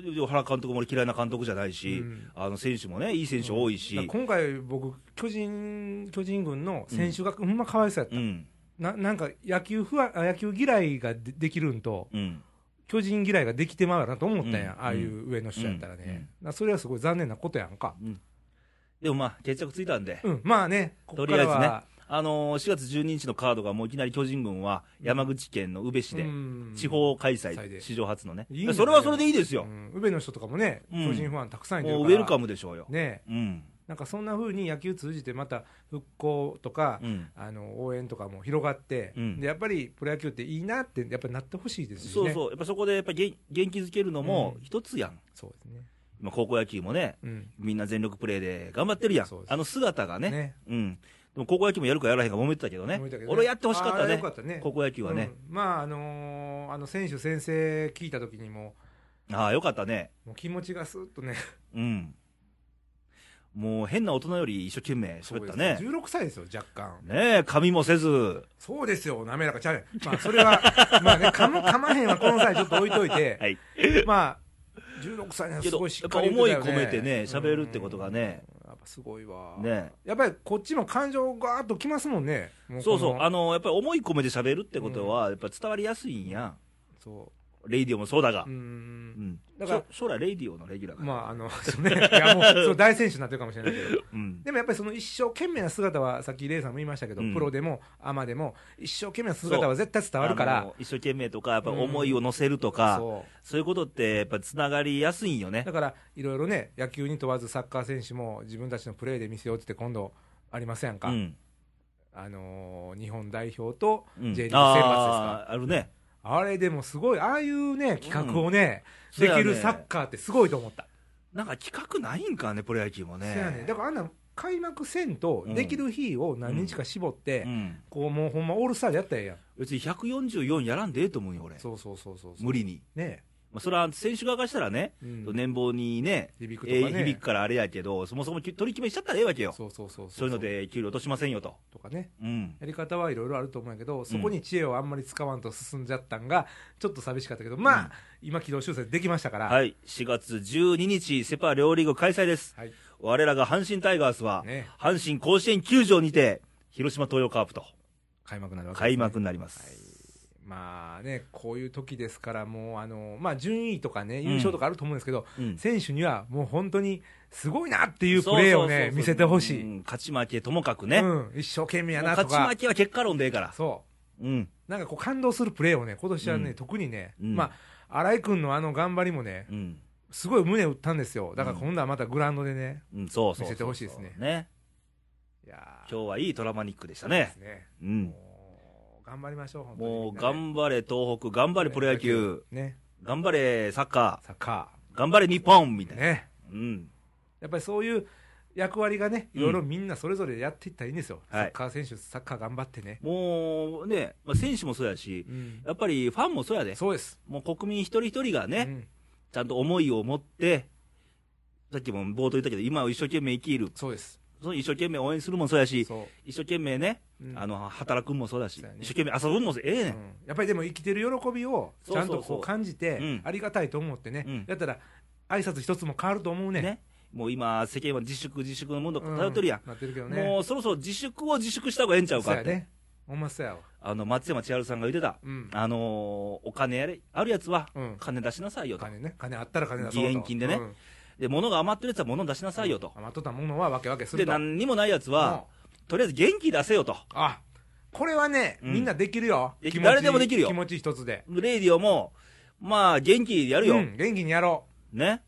[SPEAKER 1] で原監督も俺嫌いな監督じゃないし、
[SPEAKER 2] うん
[SPEAKER 1] あの選手もね、いい選手多いし、
[SPEAKER 2] だから今回僕巨人巨人軍の選手がほんまかわいそうやった、
[SPEAKER 1] うん、
[SPEAKER 2] ななんか野球不安あ野球嫌いがでできるんと
[SPEAKER 1] うん、
[SPEAKER 2] 巨人嫌いができてまうやなと思ったんや、
[SPEAKER 1] うん
[SPEAKER 2] ああいう上の人やったらね、
[SPEAKER 1] うんうん
[SPEAKER 2] だからそれはすごい残念なことやんか
[SPEAKER 1] でもまあ、決着ついたんで、
[SPEAKER 2] うんまあねことこ
[SPEAKER 1] りあ
[SPEAKER 2] か
[SPEAKER 1] えず
[SPEAKER 2] ら
[SPEAKER 1] ね
[SPEAKER 2] は
[SPEAKER 1] あのー4月12日のカードがもういきなり巨人軍は山口県の宇部市で、
[SPEAKER 2] うん
[SPEAKER 1] 地方開
[SPEAKER 2] 開催で
[SPEAKER 1] 催、史上初のね
[SPEAKER 2] いいんだね
[SPEAKER 1] それはそれでいいですよ
[SPEAKER 2] う、ん、宇部の人とかもね、
[SPEAKER 1] うん
[SPEAKER 2] 巨人ファンたくさんいてる
[SPEAKER 1] も
[SPEAKER 2] か
[SPEAKER 1] う
[SPEAKER 2] ら
[SPEAKER 1] ウェルカムでしょうよ、
[SPEAKER 2] ね
[SPEAKER 1] うん、
[SPEAKER 2] なんかそんな風に野球通じてまた復興とか、
[SPEAKER 1] うん、
[SPEAKER 2] あの応援とかも広がって、
[SPEAKER 1] うん
[SPEAKER 2] でやっぱりプロ野球っていいなってやっぱりなってほしいですし
[SPEAKER 1] そう
[SPEAKER 2] ね
[SPEAKER 1] そう、やっぱそこでやっぱ元元気づけるのも
[SPEAKER 2] うん
[SPEAKER 1] 一つやん、
[SPEAKER 2] そうですね
[SPEAKER 1] 今、高校野球もね、
[SPEAKER 2] うん
[SPEAKER 1] みんな全力プレーで頑張ってるやん
[SPEAKER 2] そうで、す
[SPEAKER 1] あの姿がね、
[SPEAKER 2] ね
[SPEAKER 1] うん、でも高校野球もやるかやらへんか揉めてたけどね、
[SPEAKER 2] 思いたけどね
[SPEAKER 1] 俺やってほしかっ
[SPEAKER 2] あ
[SPEAKER 1] た
[SPEAKER 2] ー
[SPEAKER 1] ね
[SPEAKER 2] よかったね
[SPEAKER 1] 高校野球はね、
[SPEAKER 2] うんまああのーあの選手先生聞いた時にも
[SPEAKER 1] ああ、よかったね、
[SPEAKER 2] もう気持ちがスーッとね
[SPEAKER 1] うん、もう変な大人より一生懸命
[SPEAKER 2] そう
[SPEAKER 1] 喋っ
[SPEAKER 2] で
[SPEAKER 1] た
[SPEAKER 2] すね
[SPEAKER 1] ね、
[SPEAKER 2] 16歳ですよ若干
[SPEAKER 1] ねえ、髪もせず、
[SPEAKER 2] そうですよ滑らかちゃうやんまあそれは まあねかむかまへんはこの際ちょっと置いといて、
[SPEAKER 1] はい
[SPEAKER 2] まあ16歳には
[SPEAKER 1] け
[SPEAKER 2] す
[SPEAKER 1] ど、
[SPEAKER 2] ご
[SPEAKER 1] や
[SPEAKER 2] いしっ
[SPEAKER 1] っ
[SPEAKER 2] か
[SPEAKER 1] ぱ
[SPEAKER 2] り
[SPEAKER 1] 思い
[SPEAKER 2] 言ってた
[SPEAKER 1] 込
[SPEAKER 2] よ
[SPEAKER 1] めてね、喋るってことがね、
[SPEAKER 2] うんやっぱすごいわ
[SPEAKER 1] ね
[SPEAKER 2] やっぱりこっちも感情がーっときますもんねも
[SPEAKER 1] そうそ
[SPEAKER 2] こ
[SPEAKER 1] う、
[SPEAKER 2] の
[SPEAKER 1] あのやっぱり思い込めて喋るってことは、やっぱ伝わりやすいんや、
[SPEAKER 2] そ
[SPEAKER 1] レイディオもそうだが
[SPEAKER 2] うう、
[SPEAKER 1] うんん、
[SPEAKER 2] だから
[SPEAKER 1] しょ将来、レイディオのレギュラーが、
[SPEAKER 2] まああの そうねいやも うそう大選手になってるかもしれないけど
[SPEAKER 1] うん、
[SPEAKER 2] でもやっぱりその一生懸命な姿はさっきレイさんも言いましたけど、
[SPEAKER 1] うん
[SPEAKER 2] プロでもアマでも一生懸命な姿は絶対伝わるか
[SPEAKER 1] あ
[SPEAKER 2] ら
[SPEAKER 1] の一生懸命とか、やっぱ思いを乗せるとか、
[SPEAKER 2] そ
[SPEAKER 1] そういうことって、やっぱつながりやすいんよ
[SPEAKER 2] う
[SPEAKER 1] ね
[SPEAKER 2] だ。からいろいろね野球に問わずサッカー選手も自分たちのプレーで見せようって言って今度ありません
[SPEAKER 1] う
[SPEAKER 2] か、
[SPEAKER 1] ん、
[SPEAKER 2] あのー日本代表と
[SPEAKER 1] うん
[SPEAKER 2] J リーグ選抜ですか、
[SPEAKER 1] あーあるね。
[SPEAKER 2] あれでもすごいああいうね企画をね、
[SPEAKER 1] うん
[SPEAKER 2] で
[SPEAKER 1] そ
[SPEAKER 2] き
[SPEAKER 1] や
[SPEAKER 2] る
[SPEAKER 1] ね
[SPEAKER 2] サッカーってすごいと思った
[SPEAKER 1] なんか企画ないんかね、プロ野球も
[SPEAKER 2] そ
[SPEAKER 1] ね。
[SPEAKER 2] やねだからあんな開幕戦とできる日を何日か絞って、
[SPEAKER 1] うん、
[SPEAKER 2] こうもうほんまオールスターでやったらええやん
[SPEAKER 1] 別に144やらんでええと思うよ、俺、
[SPEAKER 2] そうそうそうそうそう
[SPEAKER 1] 無理に。
[SPEAKER 2] ね
[SPEAKER 1] まあ、それは選手側からしたらね、
[SPEAKER 2] え、うん
[SPEAKER 1] 年俸にね、
[SPEAKER 2] 響くと
[SPEAKER 1] え
[SPEAKER 2] か
[SPEAKER 1] ー
[SPEAKER 2] ね、
[SPEAKER 1] 響くからあれやけど、そもそも取り決めしちゃったらええわけよ、そう
[SPEAKER 2] そうそうそう
[SPEAKER 1] いうので給料落としませんよと。
[SPEAKER 2] とかね
[SPEAKER 1] うん
[SPEAKER 2] やり方はいろいろあると思うんやけどそこに知恵をあんまり使わんと進んじゃったんがちょっと寂しかったけどまあ、
[SPEAKER 1] うん
[SPEAKER 2] 今軌道修正できましたから、
[SPEAKER 1] はい、4月12日、セ・パ両リーグ開催です。
[SPEAKER 2] はい
[SPEAKER 1] 我らが阪神タイガースは、
[SPEAKER 2] ね
[SPEAKER 1] 阪神甲子園球場にて、広島東洋カープと
[SPEAKER 2] 開幕になるわけですね
[SPEAKER 1] 開幕になります。
[SPEAKER 2] まあねこういう時ですからもうあのまあ順位とかね優勝とかあると思うんですけど、
[SPEAKER 1] うん
[SPEAKER 2] 選手にはもう本当にすごいなっていうプレー
[SPEAKER 1] そ
[SPEAKER 2] を
[SPEAKER 1] うそうそう
[SPEAKER 2] ね
[SPEAKER 1] そう
[SPEAKER 2] 見せてほし
[SPEAKER 1] う
[SPEAKER 2] い、
[SPEAKER 1] ん勝ち負けともかくね、
[SPEAKER 2] う、
[SPEAKER 1] もうん
[SPEAKER 2] 一生懸命やなと
[SPEAKER 1] 勝ち
[SPEAKER 2] か
[SPEAKER 1] 負けは結果論でええから、
[SPEAKER 2] そう
[SPEAKER 1] うん、
[SPEAKER 2] なんかこう感動するプレーをね、今年はね、
[SPEAKER 1] うん
[SPEAKER 2] 特にね、
[SPEAKER 1] うん
[SPEAKER 2] まあ、新井君のあの頑張りもね、
[SPEAKER 1] うん、
[SPEAKER 2] すごい胸打ったんですよ、だから今度はまたグラウンドでね、
[SPEAKER 1] うん、そうそうそう
[SPEAKER 2] 見せてほしいですね
[SPEAKER 1] ね
[SPEAKER 2] いやー
[SPEAKER 1] 今日はいいトラマニックでした
[SPEAKER 2] そうで
[SPEAKER 1] ね
[SPEAKER 2] す、ね、
[SPEAKER 1] う、
[SPEAKER 2] うん頑張りましょう、本当に
[SPEAKER 1] もう
[SPEAKER 2] みんなね
[SPEAKER 1] 頑張れ東北、頑張れプロ野球、、
[SPEAKER 2] ね、
[SPEAKER 1] 頑張れサッカ
[SPEAKER 2] サッカ
[SPEAKER 1] ー、頑張れ日本みた
[SPEAKER 2] ー、
[SPEAKER 1] いな、
[SPEAKER 2] ね、
[SPEAKER 1] うん、
[SPEAKER 2] やっぱりそういう役割がね、いろいろみんなそれぞれやっていったらいいんですよ、
[SPEAKER 1] はい
[SPEAKER 2] サッカー選手、サッカー頑張ってね、
[SPEAKER 1] もうね、まあ、選手もそうやし
[SPEAKER 2] う、ん
[SPEAKER 1] やっぱりファンもそうやで、
[SPEAKER 2] そうです、
[SPEAKER 1] もう国民一人一人がね、
[SPEAKER 2] うん
[SPEAKER 1] ちゃんと思いを持って、さっきも冒頭言ったけど、今を一生懸命生きる、
[SPEAKER 2] そうです、
[SPEAKER 1] その一生懸命応援するもそうやし、
[SPEAKER 2] そう
[SPEAKER 1] 一生懸命ね、
[SPEAKER 2] うん
[SPEAKER 1] あの働くんもそうだし、
[SPEAKER 2] そうやね
[SPEAKER 1] 一生懸命遊ぶんもそうええね、
[SPEAKER 2] うんんやっぱりでも生きてる喜びをちゃ
[SPEAKER 1] そうそう
[SPEAKER 2] んと
[SPEAKER 1] そ
[SPEAKER 2] こ
[SPEAKER 1] う
[SPEAKER 2] う感じて、
[SPEAKER 1] うん
[SPEAKER 2] ありがたいと思ってね、
[SPEAKER 1] うん
[SPEAKER 2] やったら挨拶一つも変わると思うね。
[SPEAKER 1] ねもう今、世間は自粛、自粛のもの頼ってるやん
[SPEAKER 2] う、なってるけどね。
[SPEAKER 1] もうそろそろ自粛を自粛した方がええんちゃう
[SPEAKER 2] そ
[SPEAKER 1] か
[SPEAKER 2] う
[SPEAKER 1] っ
[SPEAKER 2] や
[SPEAKER 1] て、
[SPEAKER 2] ね。ほんまそうやわ。
[SPEAKER 1] あの松山千春さんが言ってた、
[SPEAKER 2] うん。
[SPEAKER 1] あのーお金やれあるやつは
[SPEAKER 2] うん
[SPEAKER 1] 金出しなさいよと、
[SPEAKER 2] 金ね。金あったら金だ
[SPEAKER 1] 義援金でね
[SPEAKER 2] うん
[SPEAKER 1] で物が余ってるやつは物出しなさいよと、
[SPEAKER 2] 余っとったものはわけわけす
[SPEAKER 1] で
[SPEAKER 2] ると。
[SPEAKER 1] 何にもないやつは、とりあえず元気出せよと、
[SPEAKER 2] うんあ、これはね、
[SPEAKER 1] うん
[SPEAKER 2] みんなできるよ。
[SPEAKER 1] でき
[SPEAKER 2] 気持ち
[SPEAKER 1] 誰でもできるよ
[SPEAKER 2] 気持ち一つで。
[SPEAKER 1] レイディオも、まあ、元気でやるよ、
[SPEAKER 2] うん。元気にやろう。
[SPEAKER 1] ね、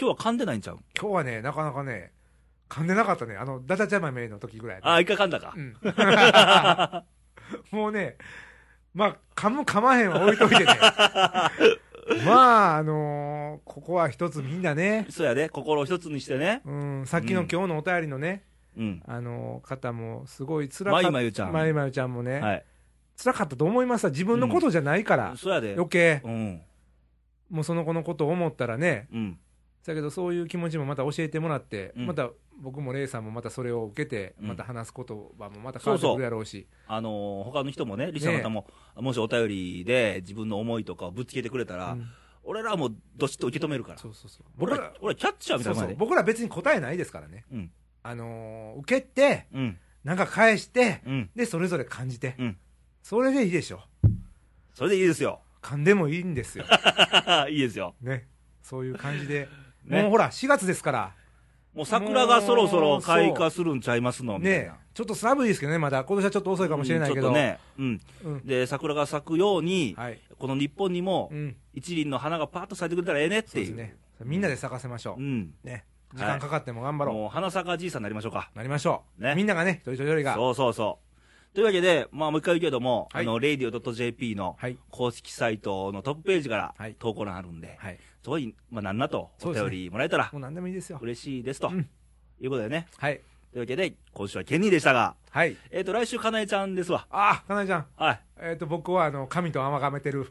[SPEAKER 1] 今日は噛んでないんちゃう、
[SPEAKER 2] 今日はね、なかなかね、噛んでなかったね。あの、ダダちゃまめの時ぐらい。
[SPEAKER 1] ああ、一回噛んだか
[SPEAKER 2] う、ん。もうね、まあ、噛む噛まへんは置いといてね。 まあ、あのーここは一つみんなね、
[SPEAKER 1] そうやで、心を一つにしてね、
[SPEAKER 2] うん、さっきの今日のお便りのね、
[SPEAKER 1] うん、
[SPEAKER 2] あの方もすごい辛か
[SPEAKER 1] ま
[SPEAKER 2] っ
[SPEAKER 1] ゆ
[SPEAKER 2] た。
[SPEAKER 1] まゆちゃん、
[SPEAKER 2] まゆまゆちゃんもね、
[SPEAKER 1] はい、
[SPEAKER 2] 辛かったと思いますわ自分のことじゃないから、
[SPEAKER 1] そうやで、
[SPEAKER 2] 余計、
[SPEAKER 1] うん、
[SPEAKER 2] もうその子のことを思ったらね、
[SPEAKER 1] うん、
[SPEAKER 2] だけどそういう気持ちもまた教えてもらって、
[SPEAKER 1] うん
[SPEAKER 2] また僕もレイさんもまたそれを受けて、
[SPEAKER 1] うん
[SPEAKER 2] また話す言葉もまた変
[SPEAKER 1] そ
[SPEAKER 2] わ
[SPEAKER 1] う
[SPEAKER 2] って
[SPEAKER 1] そう
[SPEAKER 2] くるやろうし、
[SPEAKER 1] あのー他の人もね、リスナーの方も、もしお便りで自分の思いとかをぶつけてくれたら、
[SPEAKER 2] うん
[SPEAKER 1] 俺らはもうどしっと受け止めるから、
[SPEAKER 2] そうそうそう
[SPEAKER 1] 俺
[SPEAKER 2] 僕
[SPEAKER 1] ら
[SPEAKER 2] ら、
[SPEAKER 1] 俺らキャッチャーみたい
[SPEAKER 2] そ
[SPEAKER 1] うなも
[SPEAKER 2] そ
[SPEAKER 1] ん
[SPEAKER 2] う
[SPEAKER 1] やで、
[SPEAKER 2] 僕ら別に答えないですからね、
[SPEAKER 1] うん、
[SPEAKER 2] あのー受けて、
[SPEAKER 1] うん、
[SPEAKER 2] なんか返して、
[SPEAKER 1] うん、
[SPEAKER 2] でそれぞれ感じて、
[SPEAKER 1] うん、
[SPEAKER 2] それでいいでしょ、
[SPEAKER 1] それでいいですよ、
[SPEAKER 2] 噛んでもいいんですよ、
[SPEAKER 1] いいですよ、
[SPEAKER 2] ね、そういう感じで、
[SPEAKER 1] ね
[SPEAKER 2] もうほら、4月ですから、
[SPEAKER 1] もう桜がそろそろ開花するんちゃいますのみたい
[SPEAKER 2] ね
[SPEAKER 1] な。、
[SPEAKER 2] ちょっと寒いですけどね、まだ、今年はちょっと遅いかもしれないけど、
[SPEAKER 1] うんちょっとね、うん、
[SPEAKER 2] うん
[SPEAKER 1] で桜が咲くように、
[SPEAKER 2] はい、
[SPEAKER 1] この日本にも
[SPEAKER 2] うん、
[SPEAKER 1] 一輪の花がパーッと咲いてくれたらええねっ
[SPEAKER 2] そ
[SPEAKER 1] て
[SPEAKER 2] う
[SPEAKER 1] い
[SPEAKER 2] です
[SPEAKER 1] う、
[SPEAKER 2] ね、みんなで咲かせましょ
[SPEAKER 1] う
[SPEAKER 2] う、
[SPEAKER 1] ん、
[SPEAKER 2] ね、時間かかっても頑張ろう、
[SPEAKER 1] もう花咲かじいさんになりましょうか、
[SPEAKER 2] なりましょう、
[SPEAKER 1] ね
[SPEAKER 2] みんながね、一人一人が、
[SPEAKER 1] そうそうそう。というわけで、まあ、もう一回言うけども、
[SPEAKER 2] はい
[SPEAKER 1] あの、radio.jp の
[SPEAKER 2] はい、
[SPEAKER 1] 公式サイトのトップページから
[SPEAKER 2] はい
[SPEAKER 1] 投稿欄あるんで、
[SPEAKER 2] はい、
[SPEAKER 1] そこに、まあ、なんなと
[SPEAKER 2] そ
[SPEAKER 1] お
[SPEAKER 2] うです
[SPEAKER 1] 便
[SPEAKER 2] ね
[SPEAKER 1] りもらえたら
[SPEAKER 2] もう何でもいいですよ、
[SPEAKER 1] 嬉しいですと、
[SPEAKER 2] うん
[SPEAKER 1] いうことだよね。
[SPEAKER 2] はい、
[SPEAKER 1] というわけで、今週はケニーでしたが、
[SPEAKER 2] はい、
[SPEAKER 1] えっ、と、来週、かなえちゃんですわ。
[SPEAKER 2] ああ、かなえちゃん、
[SPEAKER 1] はい。
[SPEAKER 2] えっ、と、僕はあの神と崇めてる、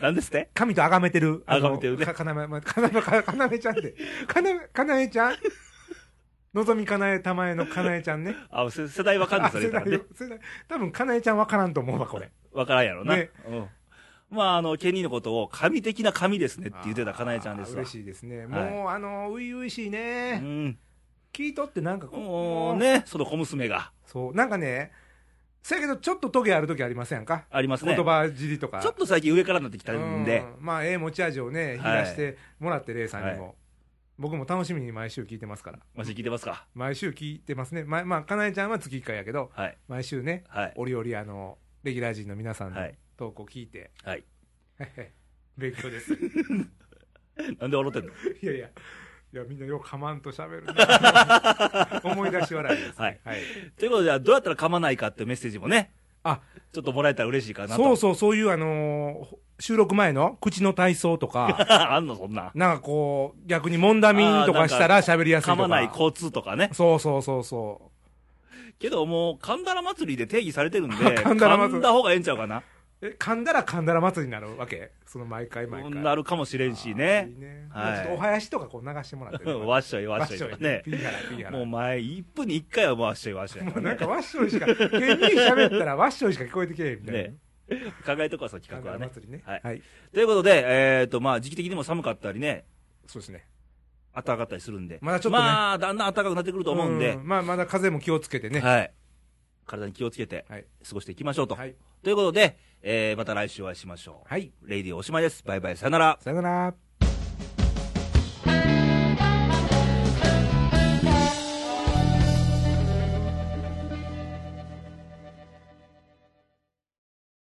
[SPEAKER 1] なんですって
[SPEAKER 2] 神と崇めてる、あの
[SPEAKER 1] 崇めてるね
[SPEAKER 2] かかなめ、まかなめ、かかなめちゃんで、かなめ、かなえちゃん、のぞみかなえたまえのかなえちゃ んね。
[SPEAKER 1] あ、世世代わかんないですよねだ
[SPEAKER 2] あ
[SPEAKER 1] か
[SPEAKER 2] 世
[SPEAKER 1] ら
[SPEAKER 2] 代
[SPEAKER 1] ね。
[SPEAKER 2] 世代多分かなえちゃんわからんと思うわ、これ。
[SPEAKER 1] わからんやろな。
[SPEAKER 2] ね
[SPEAKER 1] うん。まあ、あの、ケニーのことを、神的な神ですねって言ってたかなえちゃんです
[SPEAKER 2] あー
[SPEAKER 1] わ。
[SPEAKER 2] 嬉しいですね。
[SPEAKER 1] はい
[SPEAKER 2] もう、あの、初々しいうね。
[SPEAKER 1] ん。
[SPEAKER 2] 聞いとってなんかこう
[SPEAKER 1] もう
[SPEAKER 2] もう
[SPEAKER 1] ね、その小娘が
[SPEAKER 2] そう、なんかね、せやけどちょっとトゲある時ありませんか
[SPEAKER 1] ありますね。
[SPEAKER 2] 言葉尻とか。
[SPEAKER 1] ちょっと最近上からになってきたんで、
[SPEAKER 2] うんまあ、ええ持ち味をね、引き出してもらって、レイさんにも。僕も楽しみに毎週聞いてますから。
[SPEAKER 1] マジ聞いてますか
[SPEAKER 2] 毎週聞いてますね。ま、まあ、かなえちゃんは月1回やけど、
[SPEAKER 1] はい。
[SPEAKER 2] 毎週ね、
[SPEAKER 1] はい。
[SPEAKER 2] 折々、あの、レギュラー陣の皆さん
[SPEAKER 1] は
[SPEAKER 2] の
[SPEAKER 1] い
[SPEAKER 2] 投稿聞いて、
[SPEAKER 1] はい。
[SPEAKER 2] 勉強です。 い
[SPEAKER 1] なんで笑ってんの
[SPEAKER 2] やいや、いや、みんなよくかまんと喋る な思い出し笑いです、ね。
[SPEAKER 1] はいということで、どうやったら噛まないかっていうメッセージもね、
[SPEAKER 2] あ、
[SPEAKER 1] ちょっともらえたら嬉しいかなと。
[SPEAKER 2] そうそう、そういう、あのー収録前の口の体操と か、
[SPEAKER 1] あんの、そんな。
[SPEAKER 2] なんかこう、逆にもんだみとかしたら喋りやすい
[SPEAKER 1] 噛
[SPEAKER 2] とか。
[SPEAKER 1] まない交通とかね。
[SPEAKER 2] そうそうそうそ
[SPEAKER 1] けどもう、神田ら祭りで定義されてるんで、
[SPEAKER 2] 神田ら祭り
[SPEAKER 1] 噛んだ方がええんちゃうかな。
[SPEAKER 2] う。え、噛んだら噛んだら祭りになるわけその毎回毎回。
[SPEAKER 1] なるかもしれんしね
[SPEAKER 2] いい。ね。
[SPEAKER 1] はい
[SPEAKER 2] もうちょっとお囃子とかこう流してもらって ね。
[SPEAKER 1] わっしょいわ
[SPEAKER 2] わ
[SPEAKER 1] っ
[SPEAKER 2] っ
[SPEAKER 1] し
[SPEAKER 2] し
[SPEAKER 1] ょ
[SPEAKER 2] ょ
[SPEAKER 1] い
[SPEAKER 2] い
[SPEAKER 1] とかね。
[SPEAKER 2] ピーやらピーやら
[SPEAKER 1] もう前、1分に1回はわっしょいわっしょいや
[SPEAKER 2] も
[SPEAKER 1] か
[SPEAKER 2] う
[SPEAKER 1] ら
[SPEAKER 2] なん
[SPEAKER 1] ね。
[SPEAKER 2] かワッショイしか、芸人喋ったらワッショイしか聞こえてけえへんみたいな。
[SPEAKER 1] ね。考えとこうそう、
[SPEAKER 2] カ
[SPEAKER 1] 企
[SPEAKER 2] ンダ
[SPEAKER 1] 画
[SPEAKER 2] ラ
[SPEAKER 1] はね。
[SPEAKER 2] 祭りね。
[SPEAKER 1] はい
[SPEAKER 2] はい。
[SPEAKER 1] ということで、えっと、まあ、時期的にも寒かったりね、
[SPEAKER 2] そうですね。
[SPEAKER 1] 暖かかったりするんで。
[SPEAKER 2] まだちょっとね
[SPEAKER 1] まあ、だんだん暖かくなってくると思うんで、
[SPEAKER 2] まあ、まだ風も気をつけてね。
[SPEAKER 1] はい。体に気をつけて、
[SPEAKER 2] はい。
[SPEAKER 1] 過ごしていきましょうと。
[SPEAKER 2] はい。
[SPEAKER 1] ということで、えーまた来週お会いしましょう。
[SPEAKER 2] はい。
[SPEAKER 1] レイディーおしまいです。バイバイ、さよなら。
[SPEAKER 2] さよなら。